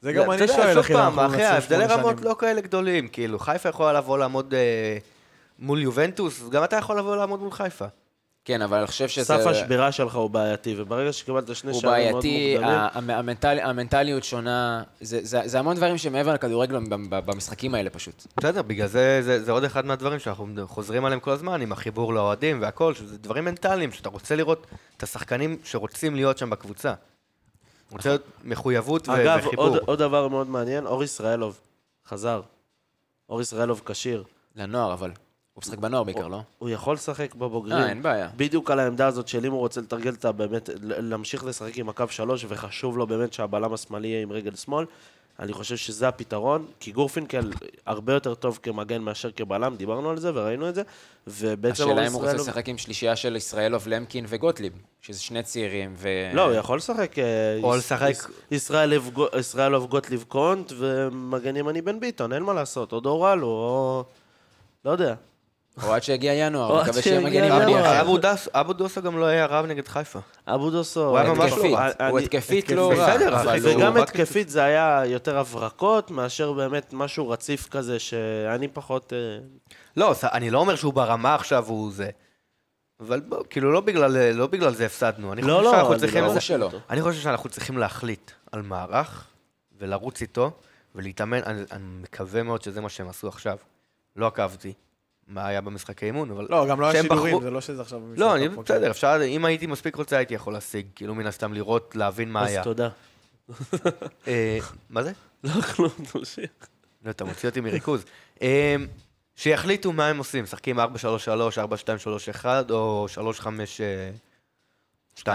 זה גם
לא, אתה
אני
יודע,
שואל,
שוב
אחי, למה
פעם,
אנחנו
אחי,
מנצחים
ההבדלי
שמונה
רמות
שנים?
לא כאלה גדולים. כאילו, חיפה יכולה לבוא לעמוד אה, מול יובנטוס, גם אתה יכול לבוא לעמוד מול חיפה.
כן, אבל אני חושב שזה...
סף השבירה שלך הוא בעייתי, וברגע שקיבלת שני
הוא
שערים מאוד
בעייתי, אה,
מוקדמים...
ה- המ- המנטל- המנטליות שונה, זה- זה זה המון דברים שמעבר לכדורגל ב- ב- במשחקים האלה פשוט.
בסדר, בגלל זה, זה זה עוד אחד מהדברים שאנחנו חוזרים עליהם כל הזמן, עם החיבור לאוהדים והכל, שזה דברים מנטליים, שאתה רוצה לראות את השחקנים שרוצים להיות שם בקבוצה. רוצה להיות מחויבות ו-
אגב,
וחיבור.
עוד, עוד דבר מאוד מעניין, אור ישראלוב חזר. אור ישראלוב כשיר.
לנוער, אבל. הוא משחק בנוער בעיקר, לא?
הוא יכול לשחק בבוגרים.
אה, אין בעיה.
בדיוק על העמדה הזאת של אם הוא רוצה לתרגל את ה... באמת, ל- להמשיך לשחק עם הקו שלוש, וחשוב לו באמת שהבלם השמאלי יהיה עם רגל שמאל, אני חושב שזה הפתרון, כי גורפינקל הרבה יותר טוב כמגן מאשר כבלם, דיברנו על זה וראינו את זה, ובעצם...
השאלה
אור
אם הוא רוצה
ישראלוב-
לשחק עם שלישייה של ישראלוב, למקין וגוטליב, שזה שני צעירים, ו...
לא, הוא יכול לשחק... אה,
או
יש-
לשחק-
יש- ישראלוב גו- ישראלוב גוטליב קונט ומגן ימני בן ביטון, אין מה לעשות, או דורלו, או... לא יודע.
או עד שיגיע
או
ינואר,
עד
מקווה שיהיה
שיגיע
מגן
ינואר.
ימני אחר.
אבו דס- אבו דוסה גם לא היה רב נגד חיפה.
אבו דוסו...
הוא היה ממש לא
התקפית.
התקפית. הוא
אני-
התקפית לא
התקפית.
רע.
בסדר,
אבל
אחי, זה
הוא-
וגם
רק
התקפית זה היה יותר הברקות מאשר באמת משהו רציף כזה שאני פחות... אה,
לא, ס- אני לא אומר שהוא ברמה עכשיו, הוא זה. אבל בוא, כאילו, לא בגלל, לא בגלל זה הפסדנו. אני
לא,
חושב
לא,
שאנחנו
אני
צריכים...
ברור
זה-
שלא.
אני חושב שאנחנו צריכים להחליט על מערך ולרוץ איתו ולהתאמן. אני, אני מקווה מאוד שזה מה שהם עשו עכשיו. לא עקבתי מה היה במשחקי אימון, אבל...
לא, גם לא היה
שהם
שידורים,
בחרו-
זה לא שזה עכשיו... במשחק
לא, אני,
הפוקר.
בסדר, אפשר, אם הייתי מספיק רוצה, הייתי יכול להשיג, כאילו, מן הסתם לראות, להבין מה
אז
היה.
תודה.
אה, מה זה?
לא כלום, תמשיך.
לא, אתה מוציא אותי מריכוז. אה, שיחליטו מה הם עושים, משחקים 4-3-3, 4-2-3-1 או אה, 3-5-2.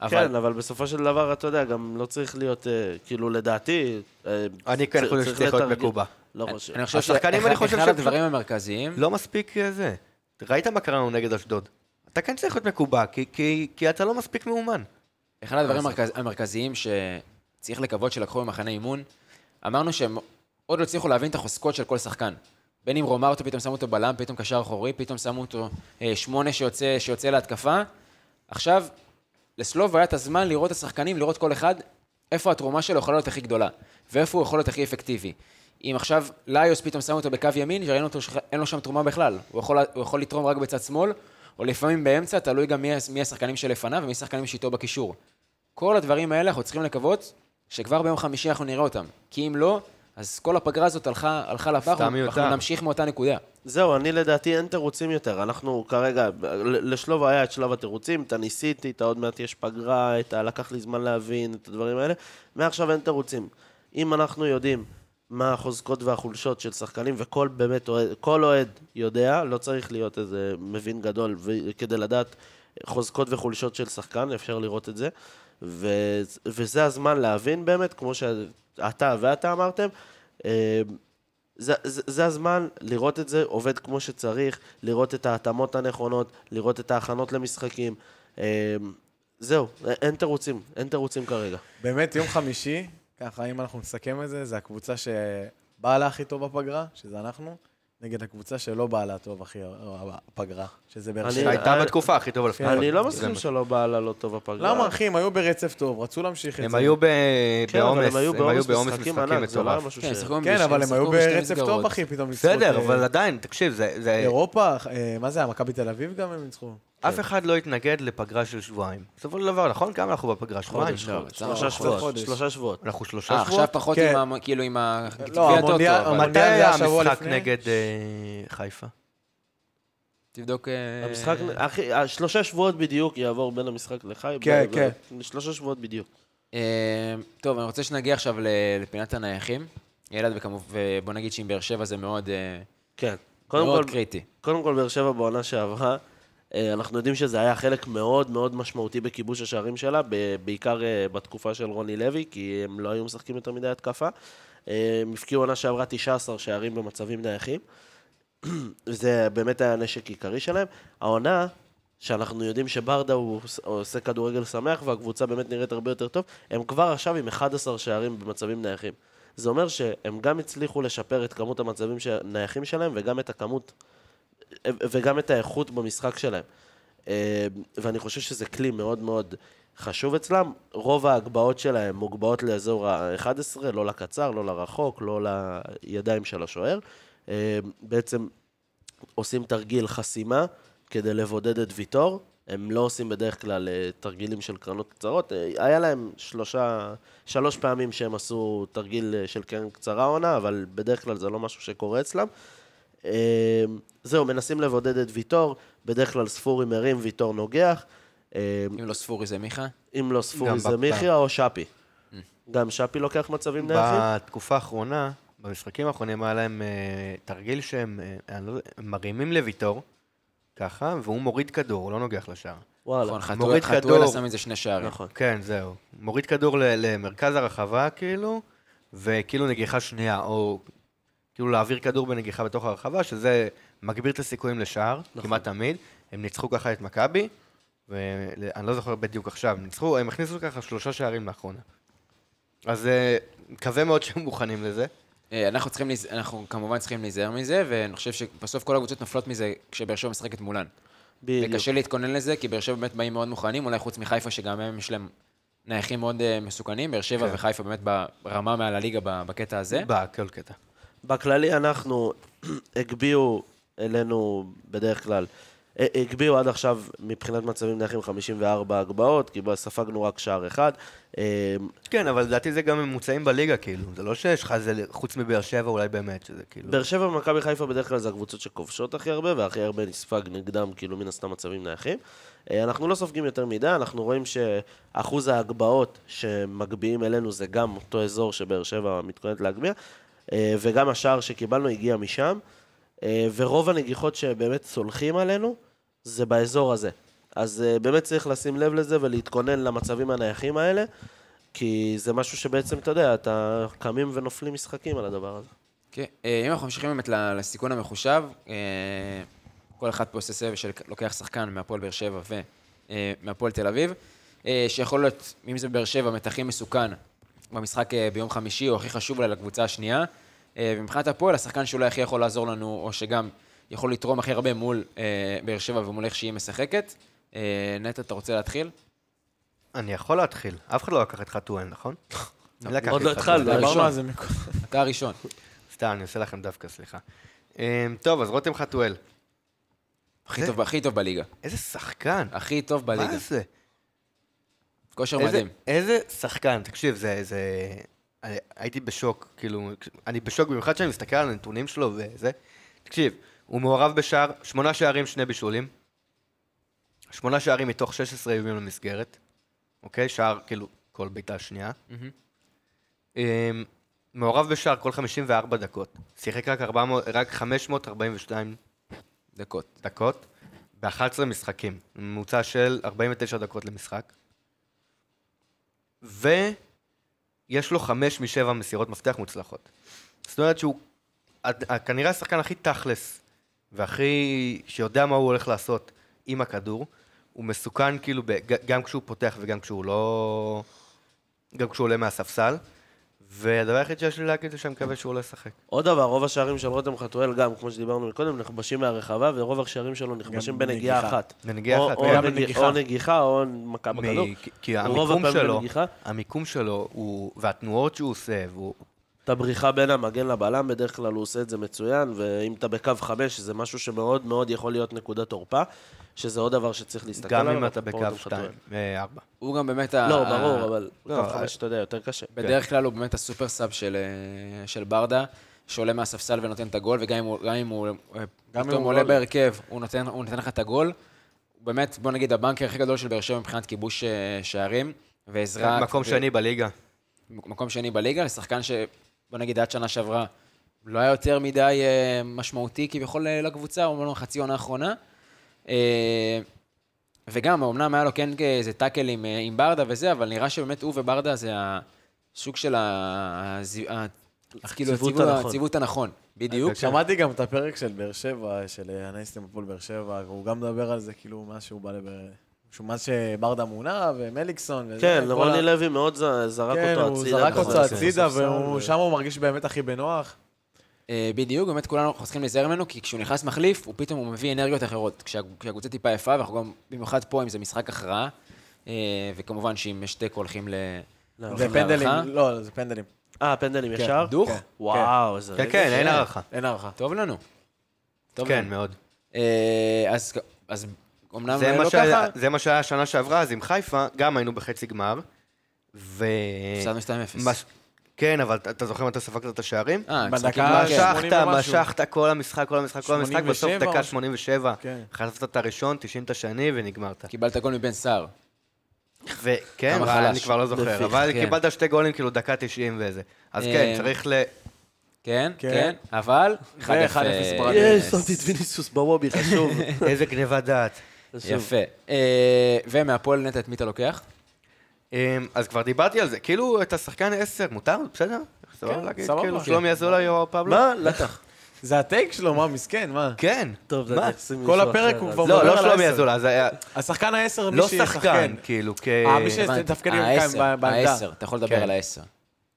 אבל
כן, אבל בסופו של דבר, אתה יודע, גם לא צריך להיות, אה, כאילו, לדעתי... אה,
אני כן
צר-
חושב
צריך
שזה יכול להיות
לתרגם.
מקובע.
לא חושב.
אני חושב
השחקנים, אני חושב
שאחד
שהם-
הדברים המרכזיים,
לא מספיק אה, זה. ראית מה קרה לנו נגד אשדוד. אתה כן צריך להיות מקובע, כי- כי- כי אתה לא מספיק מאומן.
כן,
אחד הדברים המרכז- המרכזיים שצריך לקוות שלקחו במחנה אימון, אמרנו שהם עוד לא הצליחו להבין את החוזקות של כל שחקן. בין אם רומארטו, פתאום שמו אותו בלם, פתאום קשר אחורי, פתאום שמו אותו אה, שמונה שיוצא, שיוצא להתקפה. עכשיו, לסלוב היה את הזמן לראות את השחקנים, לראות כל אחד איפה התרומה שלו יכולה להיות הכי גדולה, ואיפה הוא יכול להיות הכי אפקטיבי. אם עכשיו ליוס פתאום שם אותו בקו ימין, שראינו אותו שאין לו שם תרומה בכלל. הוא יכול, הוא יכול לתרום רק בצד שמאל, או לפעמים באמצע, תלוי גם מי, הש- מי השחקנים שלפניו ומי השחקנים שאיתו בקישור. כל הדברים האלה אנחנו צריכים לקוות שכבר ביום חמישי אנחנו נראה אותם. כי אם לא, אז כל הפגרה הזאת הלכה, הלכה לפח,
סתם
אנחנו- אנחנו
מיותר.
נמשיך מאותה נקודה.
זהו, אני לדעתי אין תירוצים יותר. אנחנו כרגע, ל- לשלוב היה את שלב התירוצים, את הניסיתי, את העוד מעט יש פגרה, את הלקח לי זמן להבין, את הדברים האלה. מעכשיו אין תירוצים. אם אנחנו יודעים מה החוזקות והחולשות של שחקנים, וכל באמת אוהד, כל אוהד יודע, לא צריך להיות איזה מבין גדול ו- כדי לדעת חוזקות וחולשות של שחקן, אפשר לראות את זה. ו- וזה הזמן להבין באמת, כמו שאתה ואתה אמרתם. אה, זה, זה, זה הזמן לראות את זה עובד כמו שצריך, לראות את ההתאמות הנכונות, לראות את ההכנות למשחקים. אה, זהו, א- אין תירוצים, אין תירוצים כרגע.
באמת, יום חמישי, ככה, אם אנחנו נסכם את זה, זה הקבוצה שבאה לה הכי טוב בפגרה, שזה אנחנו, נגד הקבוצה שלא באה לה טוב הכי הרבה בפגרה, שזה באר
אני-
שבע.
הייתה
אה,
בתקופה הכי טובה לפני.
אני לא
זה
מסכים
מה-
שלא בעלה לא טוב הפגרה.
למה, אחי, הם היו ברצף טוב, רצו להמשיך את
הם
זה.
היו ב-
כן, אבל
בעומס,
הם היו בעומס משחקים ענק, זה לא היה
מטורף.
משהו ש...
כן, הם שיחקו עם
כן,
בשתי-
אבל הם
שיחקו
היו
בשתי
ברצף טוב,
מסגרות.
אחי, פתאום ניצחו את...
בסדר,
אה,
אבל עדיין, תקשיב, זה... זה-
אירופה, אה, מה זה היה, מכבי תל אביב גם הם ניצחו.
אף אחד לא התנגד לפגרה של שבועיים. בסופו של דבר, נכון? כמה אנחנו בפגרה? שבועיים?
חודש,
לא,
חודש,
צריך
שלושה
לחכות
שבועות.
חודש.
שלושה שבועות.
אנחנו שלושה
אה,
שבועות.
עכשיו פחות
כן.
עם, המ- כאילו עם ה...
לא,
גביע הטוטו,
המונדיאל-
אבל-
המונדיאל-
מתי
מונדיאל זה
היה
השבוע
המשחק
לפני?
נגד אה, חיפה?
תבדוק... אה,
המשחק, אחי, ה- שלושה שבועות בדיוק יעבור בין המשחק לחי.
כן,
ב-
כן.
ב- שלושה שבועות בדיוק.
אה, טוב, אני רוצה שנגיע עכשיו ל- לפינת הנייחים. ילד, וכמובן, ובוא נגיד שעם באר שבע זה מאוד אה,
כן. קודם
מאוד
כל,
קריטי.
קודם כל, באר שבע בעונה שעברה, אה, אנחנו יודעים שזה היה חלק מאוד מאוד משמעותי בכיבוש השערים שלה, ב- בעיקר אה, בתקופה של רוני לוי, כי הם לא היו משחקים יותר מדי התקפה. אה, הם הפקיעו עונה שעברה 19 שערים במצבים נייחים. זה באמת היה הנשק העיקרי שלהם. העונה, שאנחנו יודעים שברדה הוא עוש- עושה כדורגל שמח והקבוצה באמת נראית הרבה יותר טוב, הם כבר עכשיו עם 11 שערים במצבים נייחים. זה אומר שהם גם הצליחו לשפר את כמות המצבים הנייחים שלהם וגם את הכמות וגם את האיכות במשחק שלהם. אה, ואני חושב שזה כלי מאוד מאוד חשוב אצלם. רוב ההגבהות שלהם מוגבהות לאזור ה-11, לא לקצר, לא לרחוק, לא לידיים של השוער. אה, בעצם עושים תרגיל חסימה כדי לבודד את ויטור. הם לא עושים בדרך כלל אה, תרגילים של קרנות קצרות. אה, היה להם שלושה, שלוש פעמים שהם עשו תרגיל אה, של קרן קצרה עונה, אבל בדרך כלל זה לא משהו שקורה אצלם. אה, זהו, מנסים לבודד את ויטור, בדרך כלל ספורי מרים, ויטור נוגח. אה,
אם לא ספורי זה מיכה.
אם לא ספורי
גם
זה
בפ-
מיכה או שפי. גם שפי לוקח מצבים נייחים?
בתקופה האחרונה, במשחקים האחרונים היה להם אה, תרגיל שהם אה, אני לא יודע, הם מרימים לוויטור, ככה, והוא מוריד כדור, הוא לא נוגח לשער.
וואלה.
נכון, חתואל-
מוריד
חתואל
כדור.
עשה מזה שני שערים.
נכון.
כן, זהו. מוריד כדור ל- למרכז הרחבה, כאילו, וכאילו נגיחה שנייה, או כאילו להעביר כדור בנגיחה בתוך הרחבה, שזה מגביר את הסיכויים לשער,
נכון.
כמעט תמיד. הם ניצחו ככה את מכבי, ואני לא זוכר בדיוק עכשיו, הם ניצחו, הם הכניסו ככה שלושה שערים לאחרונה. אז אה, מקווה מאוד שהם מוכנים לזה.
אה, אנחנו צריכים, להיז- אנחנו כמובן צריכים להיזהר מזה, ואני חושב שבסוף כל הקבוצות נופלות מזה כשבאר שבע משחקת מולן.
בדיוק.
וקשה להתכונן לזה, כי באר שבע באמת באים מאוד מוכנים, אולי חוץ מחיפה, שגם הם יש להם נייחים מאוד אה, מסוכנים, באר שבע
כן.
וחיפה באמת ברמה מעל הליגה ב- בקטע הזה.
בכל קטע.
בכללי אנחנו הגביעו אלינו בדרך כלל, ה- הגביעו עד עכשיו מבחינת מצבים נייחים 54 הגבהות, כי בה- ספגנו רק שער אחד. אה,
כן, אבל לדעתי זה גם ממוצעים בליגה, כאילו. זה לא שיש לך איזה, חוץ מבאר שבע אולי באמת, שזה כאילו...
באר שבע ומכבי חיפה בדרך כלל זה הקבוצות שכובשות הכי הרבה, והכי הרבה נספג נגדם, כאילו מן הסתם מצבים נייחים. אה, אנחנו לא סופגים יותר מדי, אנחנו רואים שאחוז ההגבהות שמגביהים אלינו זה גם אותו אזור שבאר שבע מתכוננת להגביה, אה, וגם השער שקיבלנו הגיע משם, אה, ורוב הנגיחות שבאמת סולחים עלינו זה באזור הזה. אז אה, באמת צריך לשים לב לזה ולהתכונן למצבים הנייחים האלה, כי זה משהו שבעצם, אתה יודע, אתה קמים ונופלים משחקים על הדבר הזה.
כן, אה, אם אנחנו ממשיכים באמת ל- לסיכון המחושב, אה, כל אחד פה עושה סבב שלוקח שחקן מהפועל באר שבע ומהפועל תל אביב, אה, שיכול להיות, אם זה בבאר שבע, מתח הכי מסוכן במשחק אה, ביום חמישי, או הכי חשוב לה לקבוצה השנייה. אה, ומבחינת הפועל, השחקן שאולי הכי יכול לעזור לנו, או שגם יכול לתרום הכי הרבה מול אה, באר שבע ומול איך שהיא משחקת. אה, נטע, אתה רוצה להתחיל?
אני יכול להתחיל. אף אחד לא לקח את חתואל, נכון? מי לקח
עוד
לי
לא
את
התחלנו.
חתואל?
דיברנו על זה מקודם.
אתה הראשון.
סתם, אני עושה לכם דווקא, סליחה. אמ, טוב, אז רותם חתואל.
הכי
זה-
טוב, הכי טוב בליגה.
איזה שחקן.
הכי טוב
מה
בליגה.
זה?
כושר
איזה-
מדהים.
איזה שחקן. תקשיב, זה... זה- אני- הייתי בשוק, כאילו, אני בשוק במיוחד כשאני מסתכל על הנתונים שלו וזה. תקשיב, הוא מעורב בשער, שמונה שערים, שני בישולים. שמונה שערים מתוך 16 איומים למסגרת. אוקיי? שער, כאילו, כל בעיטה שנייה.
מהמם.
אמ, מעורב בשער כל 54 דקות. שיחק רק 400 רק 542
דקות.
דקות ב-11 משחקים. ממוצע של 49 דקות למשחק. ויש לו 5 מ-7 מסירות מפתח מוצלחות. זאת אומרת שהוא הד- ה- כנראה השחקן הכי תכלס והכי שיודע מה הוא הולך לעשות עם הכדור. הוא מסוכן כאילו ב- ג- גם כשהוא פותח וגם כשהוא לא... גם כשהוא עולה מהספסל. והדבר היחיד שיש לי להגיד זה שאני מקווה שהוא לא ישחק.
עוד דבר, רוב השערים של רותם חתואל גם, כמו שדיברנו מקודם, נכבשים מהרחבה, ורוב השערים שלו נכבשים
גם
בנגיעה
בנגיחה.
אחת.
בנגיעה
או-
אחת,
או
גם
נג-
בנגיחה.
או נגיחה או מכה בכדור.
מ- כי- כי
רוב
המיקום
הפעמים
שלו,
בנגיחה.
המיקום שלו, הוא- והתנועות שהוא עושה, והוא...
את הבריחה בין המגן לבלם, בדרך כלל הוא עושה את זה מצוין, ואם אתה בקו חמש, זה משהו שמאוד מאוד יכול להיות נקודת תורפה, שזה עוד דבר שצריך להסתכל
גם
עליו.
אם אתה
אפרופו
בקו אה,
רותם חתואל.
2, 4.
הוא גם באמת...
לא, ברור, אבל
לא,
קו חמש, אתה יודע, יותר קשה.
בדרך כלל הוא באמת הסופר סאב של, אה, של ברדה, שעולה מהספסל ונותן את הגול, וגם אם הוא, גם אם הוא אה,
אם
פתאום
הוא
עולה
לא-
בהרכב, הוא נותן, הוא נותן לך את הגול. הוא באמת, בוא נגיד, הבנקר הכי גדול של באר שבע מבחינת כיבוש אה, שערים, ועזרה...
מקום
ו-
שני בליגה.
מקום שני בליגה, לשחקן ש... בוא נגיד, עד שנה שעברה, לא היה יותר מדי אה, משמעותי כביכול אה, לקבוצה, אומרים לנו חצי עונה האחרונה. אה, וגם, אמנם היה לו כן איזה טאקל עם, אה, עם ברדה וזה, אבל נראה שבאמת הוא וברדה זה הסוג של ה... הזי- ה... כאילו,
הציוות
הציוות-
הנכון. אוקיי,
הציוות הנכון, בדיוק.
שמעתי גם את הפרק של באר שבע, של אה, אנליסטים בפועל באר שבע, והוא גם מדבר על זה כאילו מאז שהוא בא לבאר... שהוא- מאז שברדה מונה ומליקסון וזה.
כן,
כל
רוני
ה-
לא
לוי מאוד ז- זרק
כן,
אותו
הוא
הצידה.
זרק
נכון,
אותו
כן.
הצידה,
ספסל, ו-
ושם הוא מרגיש באמת הכי בנוח.
אה, בדיוק, באמת כולנו אנחנו צריכים להיזהר ממנו, כי כשהוא נכנס מחליף, הוא פתאום הוא מביא אנרגיות אחרות. כשה- כשהקבוצה טיפה יפה, ואנחנו גם, במיוחד פה, אם זה משחק הכרעה, אה, וכמובן שאם יש תיקו הולכים ל...
לא,
זה
הולכים
פנדלים,
להערכה.
לא, זה פנדלים.
אה, פנדלים ישר?
דוך?
וואו, איזה
כן,
רגע.
כן, אין הערכה.
אין הערכה.
אה, טוב לנו. טוב
כן,
לנו.
מאוד.
אה, אז, אז אמנם
זה מה
לא
שהיה-
ככה,
זה מה שהיה שנה שעברה, אז עם חיפה, גם היינו בחצי גמר. ו...
הפסדנו 2-0.
מש- כן, אבל אתה- אתה זוכר מתי ספגת את השערים?
אה,
בדקה
משחקים-
ה-
כן.
שמונים
משכת,
ומשהו.
משכת כל המשחק, כל המשחק, כל המשחק, בסוף
87
דקה
או-
87,
כן.
חטפת את הראשון, 90 את השני ונגמרת.
קיבלת גול מבן סער.
וכן,
כמה
כן, אבל
חלש.
אני כבר לא זוכר,
בפיך,
אבל
כן.
קיבלת שתי גולים כאילו דקה 90 וזה. אז כן,
אה,
צריך ל...
כן,
כן.
כן, אבל... 1-0
1-0 ברדה.
יש, שמתי את ויניסיוס בוובי, חשוב.
איזה גניבת דעת.
חשוב.
יפה. אה, ומהפועל נטע, את מי אתה לוקח?
אמ, אז כבר דיברתי על זה, כאילו אתה שחקן 10, מותר? בסדר? סבבה להגיד,
סבבה.
כאילו
כן.
שלומי אזולאי או פבלו?
מה? בטח.
זה הטייק שלו, מה, מסכן, מה?
כן.
טוב,
מה?
אני אשים
כל
מישהו
הפרק
אחר,
הוא
אז-
כבר-
לא,
מדבר
לא
על
שלומי
העשר.
אזולאי, זה היה-
השחקן העשר, מי
לא
שישחקן.
שחקן, כאילו, כ...
אה, מי
הבנתי.
שתפקד עם
העשר,
קיים ב- בעמדה.
העשר, אתה יכול לדבר
כן.
על העשר.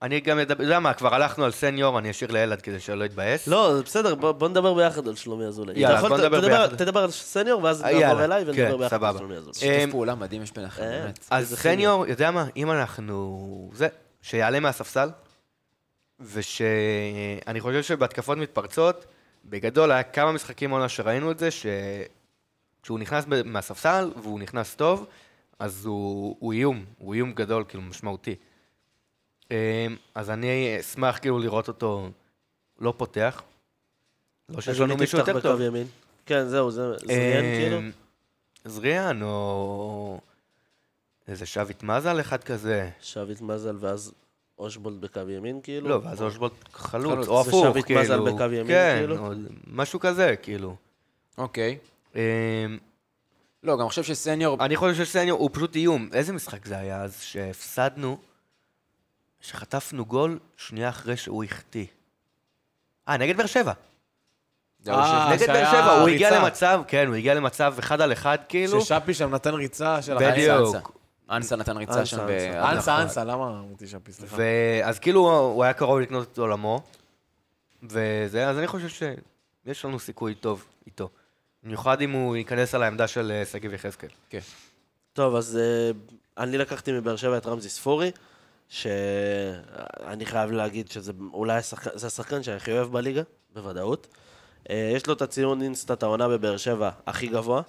אני גם אדבר, אתה יודע מה, כבר הלכנו על סניור, אני אשאיר לילד כדי שלא יתבאס.
לא, זה בסדר, בוא בוא נדבר ביחד על שלומי אזולאי. אתה
יאללה,
יכול-
בוא נדבר
תדבר-
ביחד.
תדבר על סניור, ואז
אה, יאללה,
נעבור אליי ונדבר
כן,
ביחד על
סבבה.
שלומי אזולאי.
שיתוף
אמ,
פעולה מדהים יש ביניכם,
אה,
באמת.
אז
איזה כימיה.
סניור, יודע מה, אם אנחנו... זה, שיעלה מהספסל, ושאני חושב שבהתקפות מתפרצות, בגדול היה כמה משחקים עונה שראינו את זה, שכשהוא נכנס ב- מהספסל, והוא נכנס טוב, אז הוא, הוא איום, הוא איום גדול, כאילו, משמעותי. אמ, אז אני אשמח כאילו לראות אותו לא פותח. לא שיש לנו
אדוני,
מישהו
תפתח
יותר
בקו
טוב.
ימין. כן, זהו, זה זה עניין כאילו.
אמ, זריאן, או איזה שביט מזל אחד כזה.
שביט מזל ואז אושבולד בקו ימין, כאילו?
לא, ואז אושבולט
חלוץ,
חלוץ, או
זה
הפוך,
שביט
כאילו.
מזל בקו ימין,
כן,
כאילו?
או משהו כזה, כאילו.
אוקיי.
אמ,
לא, גם חושב שסניור...
אני חושב שסניור הוא פשוט איום. איזה משחק זה היה אז שהפסדנו, שחטפנו גול שנייה אחרי שהוא החטיא. אה, נגד באר שבע.
זה לא היה
אה,
ראשון.
נגד באר
שהיה
שבע, הוא הגיע
ריצה.
למצב, כן, הוא הגיע למצב אחד על אחד, כאילו.
ששאפי שם נתן ריצה של...
בדיוק.
אנסה, אנסה. אנסה נתן ריצה
אנסה,
שם ב...
אנסה.
אה,
אנסה, אנסה, למה אמרתי שאפי? סליחה.
ואז כאילו הוא היה קרוב לקנות את עולמו, וזה, אז אני חושב שיש לנו סיכוי טוב איתו. במיוחד אם הוא ייכנס על העמדה של אה, שגיב יחזקאל.
כן.
טוב, אז אה, אני לקחתי מבאר שבע את רמזי ספורי, שאני חייב להגיד שזה אולי השחק... זה השחקן שאני הכי אוהב בליגה, בוודאות. אה, יש לו את הציון אינסטאט העונה בבאר שבע הכי גבוה,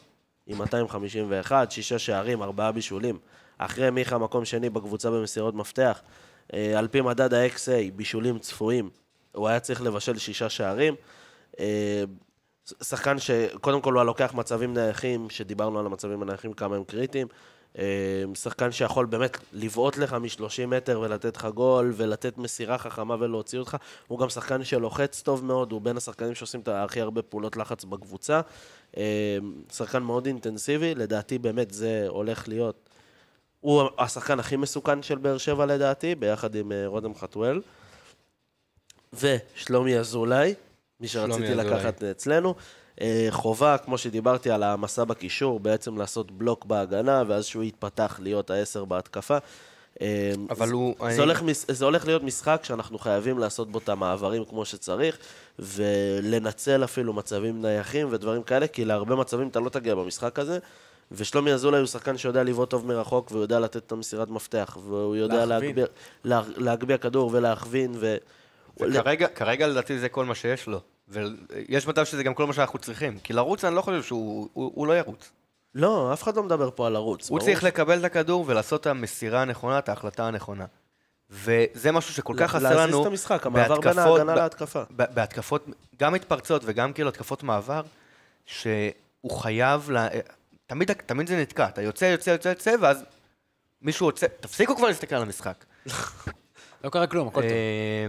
עם 251, שישה שערים, ארבעה בישולים. אחרי מיכה מקום שני בקבוצה במסירות מפתח. אה, על פי מדד ה-XA, בישולים צפויים, הוא היה צריך לבשל שישה שערים. אה, שחקן שקודם כל הוא היה לוקח מצבים נייחים, שדיברנו על המצבים הנייחים, כמה הם קריטיים. אה, שחקן שיכול באמת לבעוט לך מ-30 מטר ולתת לך גול, ולתת מסירה חכמה ולהוציא אותך. הוא גם שחקן שלוחץ טוב מאוד, הוא בין השחקנים שעושים את הכי הרבה פעולות לחץ בקבוצה. אה, שחקן מאוד אינטנסיבי, לדעתי באמת זה הולך להיות... הוא השחקן הכי מסוכן של באר שבע לדעתי, ביחד עם אה, רותם חתואל. ושלומי אזולאי, מי שרציתי
אזולאי.
לקחת אצלנו. אה, חובה, כמו שדיברתי על המסע בקישור, בעצם לעשות בלוק בהגנה, ואז שהוא יתפתח להיות העשר בהתקפה. אה,
אבל הוא...
זה הולך, מס- זה הולך להיות משחק שאנחנו חייבים לעשות בו את המעברים כמו שצריך, ולנצל אפילו מצבים נייחים ודברים כאלה, כי להרבה מצבים אתה לא תגיע במשחק הזה. ושלומי אזולאי הוא שחקן שיודע לבעוט טוב מרחוק, והוא יודע לתת את המסירת מפתח, והוא יודע
להכווין.
להגביה, לה, להגביה כדור ולהכווין, ו...
כרגע, כרגע לדעתי זה כל מה שיש לו. ויש מצב שזה גם כל מה שאנחנו צריכים. כי לרוץ אני לא חושב שהוא... הוא, הוא לא ירוץ.
לא, אף אחד לא מדבר פה על ערוץ.
הוא
ברור.
צריך לקבל את הכדור ולעשות את המסירה הנכונה, את ההחלטה הנכונה. וזה משהו שכל כך
לה-
חסר
להזיז
לנו
את המשחק, המעבר בין
בהתקפות-
ההגנה
ב-
להתקפה.
ב- בהתקפות, גם מתפרצות וגם כאילו התקפות מעבר, שהוא חייב, לה... תמיד, תמיד זה נתקע, אתה יוצא, יוצא, יוצא, יוצא, ואז מישהו יוצא, תפסיקו כבר להסתכל על המשחק.
לא קרה כלום, הכל טוב.
אה,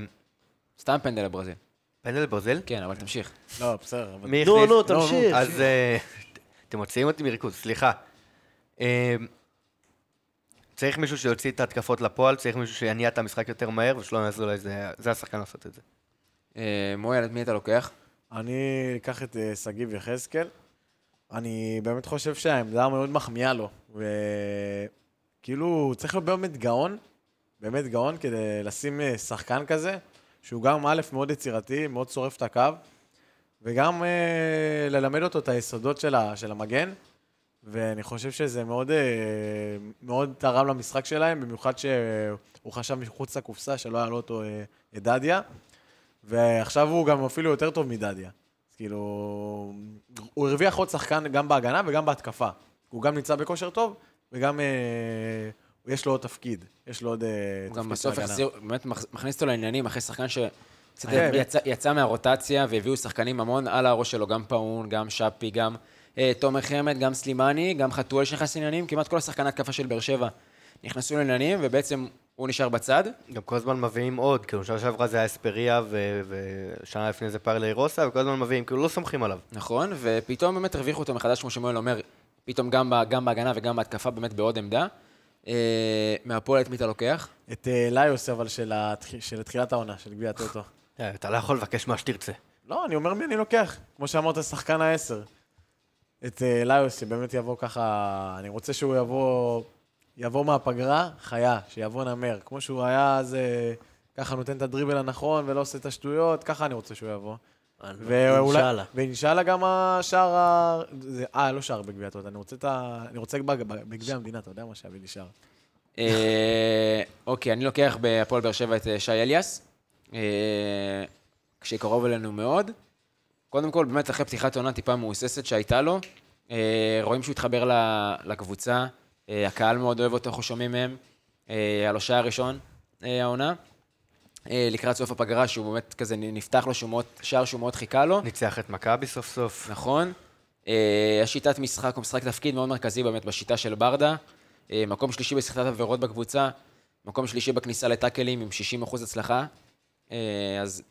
סתם פנדל לברזיל.
פנדל ברזל?
כן, אבל תמשיך.
לא, בסדר. אבל-
מי
נו,
החליף?
נו, תמשיך.
אז אה, אתם מוציאים אותי מריכוז, סליחה. אה, צריך מישהו שיוציא את ההתקפות לפועל, צריך מישהו שיניע את המשחק יותר מהר, ושלומי אזולאי זה זה השחקן לעשות את זה.
אה, מויאל, את מי אתה לוקח?
אני אקח את אה, שגיב יחזקאל. אני באמת חושב שהעמדה מאוד מחמיאה לו. וכאילו, צריך להיות באמת גאון, באמת גאון, כדי לשים אה, שחקן כזה, שהוא גם א', מאוד יצירתי, מאוד שורף את הקו, וגם אה, ללמד אותו את היסודות של, ה, של המגן. ואני חושב שזה מאוד, אה, מאוד תרם למשחק שלהם, במיוחד שהוא חשב מחוץ לקופסה, שלא היה לו אותו אה, את דדיה. ועכשיו הוא גם אפילו יותר טוב מדדיה. אז כאילו, הוא הרוויח עוד שחקן גם בהגנה וגם בהתקפה. הוא גם נמצא בכושר טוב, וגם אה, יש לו עוד תפקיד. יש לו עוד אה,
הוא
תפקיד
גם בסוף
בהגנה.
החזיר, באמת מכ- מכניס אותו לעניינים אחרי שחקן ש... קצת
כן.
יצא- יצא מהרוטציה והביאו שחקנים המון על הראש שלו, גם פאון, גם שפי, גם אה, תומר חמד, גם סלימני, גם חתואל שנכנס לעניינים, כמעט כל השחקני התקפה של באר שבע נכנסו לעניינים, ובעצם הוא נשאר בצד.
גם כל הזמן מביאים עוד, כאילו, שנה שעברה זה היה אספריה, ו- ושנה לפני זה פרלי רוסה, וכל הזמן מביאים, כאילו, לא סומכים עליו.
נכון, ופתאום באמת הרוויחו אותו מחדש, כמו שמואל אומר, פתאום גם, ב- גם בהגנה וגם בהתקפה באמת בעוד עמדה. אה, מהפועל את מי אתה לוקח?
את אה, ליוס, אבל של התח- של תחילת העונה, של גביע הטוטו.
אה, אתה לא יכול לבקש מה שתרצה.
לא, אני אומר מי אני לוקח. כמו שאמרת, שחקן העשר. את אה, ליוס, שבאמת יבוא ככה... אני רוצה שהוא יבוא... יבוא מהפגרה, חיה, שיבוא נמר. כמו שהוא היה אז... אה, ככה נותן את הדריבל הנכון ולא עושה את השטויות, ככה אני רוצה שהוא יבוא. ואולי-
אינשאללה.
ואינשאללה גם השער ה... זה- אה, לא שער בגביע הטוטו, אני רוצה את ה... אני רוצה בג- בגביע המדינה, אתה יודע מה שאבי לי שער.
אה, אוקיי, אני לוקח בהפועל באר שבע את אה, שי אליאס, אה, כשקרוב אלינו מאוד. קודם כל, באמת אחרי פתיחת עונה טיפה מהוססת שהייתה לו, אה, רואים שהוא התחבר ל- לקבוצה, אה, הקהל מאוד אוהב אותו, אנחנו שומעים מהם, אה, היה לו שער ראשון אה, העונה. אה, לקראת סוף הפגרה, שהוא באמת כזה נפתח לו שהוא מאוד, שער שהוא מאוד חיכה לו.
ניצח את מכבי סוף סוף.
נכון. אה, השיטת משחק הוא משחק תפקיד מאוד מרכזי באמת בשיטה של ברדה. אה, מקום שלישי בסחיטת עבירות בקבוצה, מקום שלישי בכניסה לטאקלים עם 60% הצלחה. אה, אז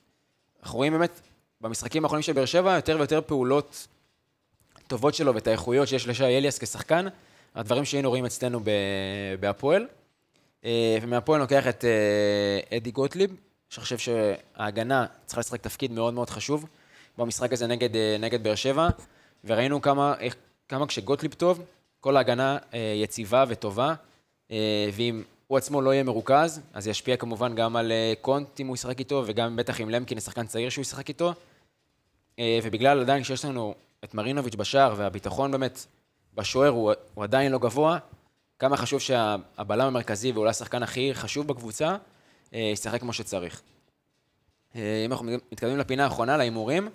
אנחנו רואים באמת במשחקים האחרונים של באר שבע יותר ויותר פעולות טובות שלו ואת האיכויות שיש לשי אליאס כשחקן, הדברים שהיינו רואים אצלנו ב- בהפועל. אה, ומהפועל לוקח את אה, אדי גוטליב, שאני חושב שההגנה צריכה לשחק תפקיד מאוד מאוד חשוב במשחק הזה נגד, אה, נגד באר שבע, וראינו כמה, איך- כמה כשגוטליב טוב, כל ההגנה אה, יציבה וטובה, אה, ואם הוא עצמו לא יהיה מרוכז, אז זה ישפיע כמובן גם על אה, קונט אם הוא ישחק איתו, וגם בטח עם למקין, שחקן צעיר שהוא ישחק איתו. אה, ובגלל עדיין שיש לנו את מרינוביץ' בשער, והביטחון באמת בשוער הוא, הוא עדיין לא גבוה, כמה חשוב שהבלם המרכזי ואולי השחקן הכי חשוב בקבוצה, אה, ישחק כמו שצריך. אה, אם אנחנו מתקדמים לפינה האחרונה, להימורים,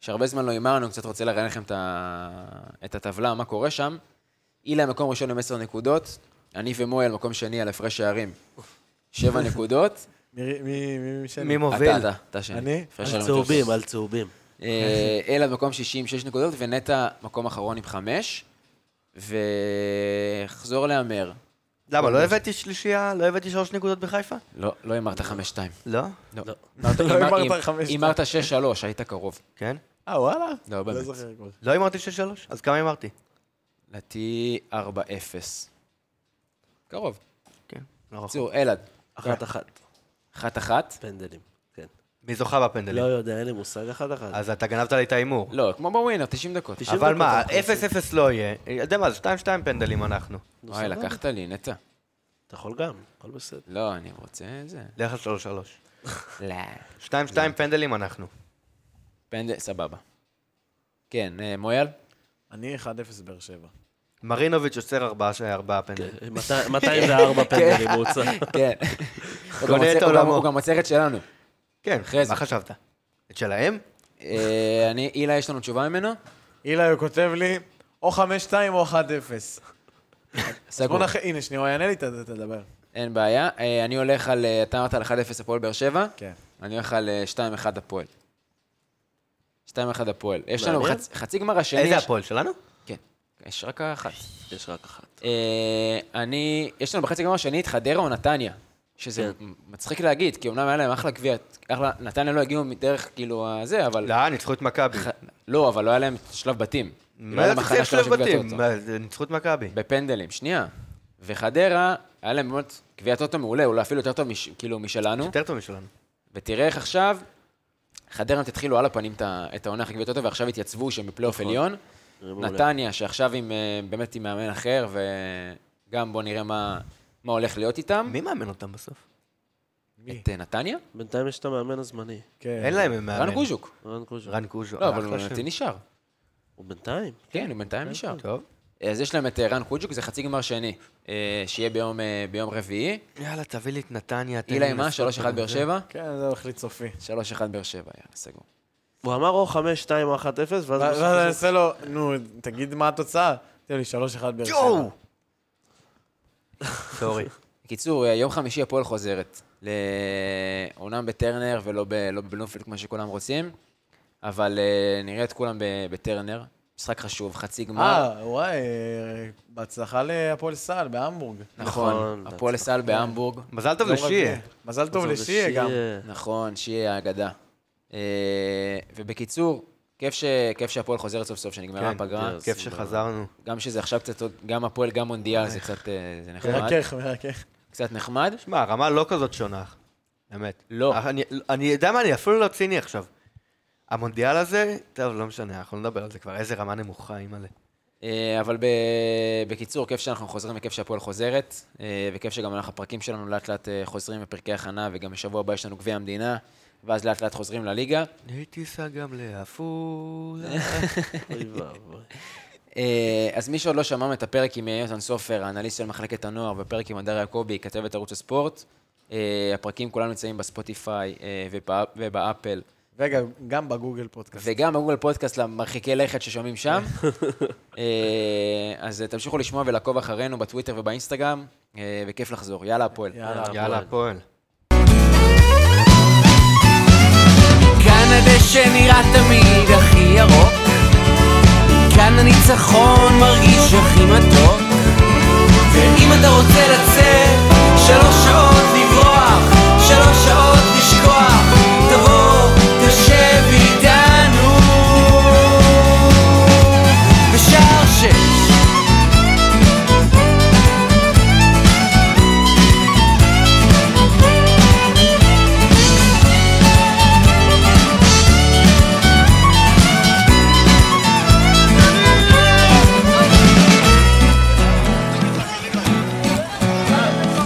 שהרבה זמן לא הימרנו, קצת רוצה לראיין לכם את, ה... את הטבלה, מה קורה שם. אילה מקום ראשון עם 10 נקודות, אני ומואל מקום שני על הפרש שערים. 7 נקודות.
מי- מי מי- מי שלי?
מי מוביל?
אתה, אתה, אתה שני.
אני?
הפרש
על
שערים
צהובים,
יותר טוב.
על צהובים.
אה, אלעד מקום 60, 6 נקודות, ונטע מקום אחרון עם 5. ואחזור להמר.
למה, לא הבאתי שלישייה? לא הבאתי שלוש נקודות בחיפה?
לא, לא הימרת 5-2.
לא.
לא.
לא
הימר-
הימרת 5-2.
הימרת 6-3, היית קרוב.
כן?
אה, וואלה?
לא, באמת.
לא זוכר כבר.
לא הימרתי שש שלוש? אז כמה הימרתי?
לדעתי 4-0. קרוב.
כן. לא רחוק.
בקיצור, אלעד,
אחת אחת,
אחת אחת.
פנדלים. כן.
מי זוכה
לא
בפנדלים?
יודע, אין לי מושג אחת אחת.
אז אתה גנבת לי את ההימור.
לא, כמו בווינר, 90 דקות.
90
אבל
דקות
מה,
אנחנו עושים.
0-0 לא יהיה. אתה יודע מה, זה 2-2 פנדלים אנחנו.
נו,
וואי,
סבבה.
לקחת לי, נטע.
אתה יכול גם, הכל בסדר.
לא, אני רוצה את זה.
לך על 3-3.
לא.
2-2 פנדלים אנחנו.
פנדל, סבבה. כן, אה, מויאל?
אני 1-0 באר שבע.
מרינוביץ' עוצר ארבעה ש- ארבעה פנדלים.
כן, 204 פנדלים הוא הוצא.
כן. הוא גם
קונה
עוצר-
את
הוא גם-
עולמו.
הוא גם עוצר את שלנו.
כן,
אחרי זה.
מה חשבת? את שלהם?
אה, אני, הילה, יש לנו תשובה ממנו?
אילי הוא כותב לי, או 5-2 או 1-0. אז
סגור.
בוא נח... הנה, שנייה, הוא יענה לי, ת- ת- תדבר.
אין בעיה. אה, אני הולך על, אה, אתה אמרת על 1-0 הפועל באר שבע?
כן.
אני הולך על אה, 2-1 הפועל. 2-1 הפועל. יש לנו
מעניין.
חצי- חצי גמר השני.
איזה
יש-
הפועל שלנו?
כן. יש רק האחת.
יש רק אחת.
אה, אני, יש לנו בחצי גמר השני את חדרה או נתניה, שזה
כן.
מצחיק להגיד, כי אמנם היה להם אחלה גביע, אחלה, נתניה לא הגיעו מדרך כאילו הזה, אבל...
לא, ניצחו את מכבי.
ח- לא, אבל לא היה להם שלב בתים. לא
מה
היה
זה
להם הכנה
תקציב
שלב של
שלב
גביע
בתים?
הטוטו.
מה, זה ניצחו את מכבי.
בפנדלים, שנייה. וחדרה, היה להם באמת גביע טוטו מעולה, אולי אפילו יותר טוב מש, כאילו משלנו.
יותר טוב משלנו.
ותראה איך עכשיו, חדרה התחילו על הפנים את ה- את העונה הכי גביע טוטו, ועכשיו התייצבו שהם בפלייאוף
נכון.
עליון.
זה מעולה.
נתניה, שעכשיו עם, אה, באמת עם מאמן אחר, וגם בואו נראה מה, מה הולך להיות איתם.
מי מאמן אותם בסוף?
את אה, נתניה?
בינתיים יש את המאמן הזמני,
כן.
אין להם מאמן.
רן קוז'וק.
רן קוז'ו.
רן קוז'ו.
לא, אבל
אחלה
הוא
שם.
לדעתי נשאר.
הוא בינתיים?
כן, הוא בינתיים נשאר.
טוב.
אז יש להם את אה, רן קוז'וק, זה חצי גמר שני, אה, שיהיה ביום, אה, ביום רביעי.
יאללה, תביא לי את נתניה. תן לי
אילי, מה?
לנסות
3-1 באר
זה.
שבע?
כן, זהו, החליט סופי.
3-1 באר שבע, יאללה, סגור.
הוא אמר או 5, 2 או 1, 0,
לא
ואז...
ואז אני אעשה לו, נו, תגיד מה התוצאה. תן לי, 3-1 באר שבע.
יואו! סורי.
בקיצור, אה, יום חמישי הפועל חוזרת. ל- אומנם בטרנר ולא ב- לא בבלומפילד כמו שכולם רוצים, אבל אה, נראה את כולם ב- בטרנר. משחק חשוב, חצי גמר.
אה, וואי, אה, בהצלחה להפועל סל בהמבורג.
נכון,
נכון,
הפועל סל בהמבורג.
מזל טוב
לא
יום רביעי.
לשיה.
מזל טוב
עזוב, זה
לשיה גם.
אה,
שיהיה.
נכון, שיהיה האגדה. אה, ובקיצור, כיף ש- כיף שהפועל חוזרת סוף סוף, שנגמרה
כן,
הפגרה.
כן.
כיף שחזרנו.
גם שזה עכשיו קצת, עוד- גם הפועל, גם מונדיאל, זה קצת אה, זה נחמד.
מרכך, מרכך.
קצת נחמד.
שמע, הרמה לא כזאת שונה. באמת.
לא.
אך אני- אני יודע מה, אני אפילו לא ציני עכשיו. המונדיאל הזה, טוב, לא משנה, אנחנו נדבר על זה כבר. איזה רמה נמוכה, אימא'לה.
אה, אבל ב... בקיצור, כיף שאנחנו חוזרים וכיף שהפועל חוזרת, אה, וכיף שגם אנחנו הפרקים שלנו לאט לאט אה, חוזרים בפרקי הכנה, וגם בשבוע הבא יש לנו גביע המדינה, ואז לאט לאט חוזרים לליגה.
אני טיסה גם לעפולה.
אוי ואבוי.
אה, אז מי שעוד לא שמע את הפרק עם יונתן סופר, האנליסט של מחלקת הנוער, והפרק עם הדר יעקבי, כתבת ערוץ הספורט, אה, הפרקים כולם נמצאים בספוטיפיי אה, ובא- ובאפל,
רגע, גם בגוגל פודקאסט.
וגם בגוגל פודקאסט למרחיקי לכת ששומעים שם. אה, אז אה, תמשיכו לשמוע ולעקוב אחרינו בטוויטר ובאינסטגרם, אה, וכיף לחזור. יאללה, הפועל.
יאללה.
יאללה, הפועל.
כאן הדשא נראה תמיד הכי ירוק, כאן הניצחון מרגיש הכי מתוק, ואם אתה רוצה לצאת שלוש שעות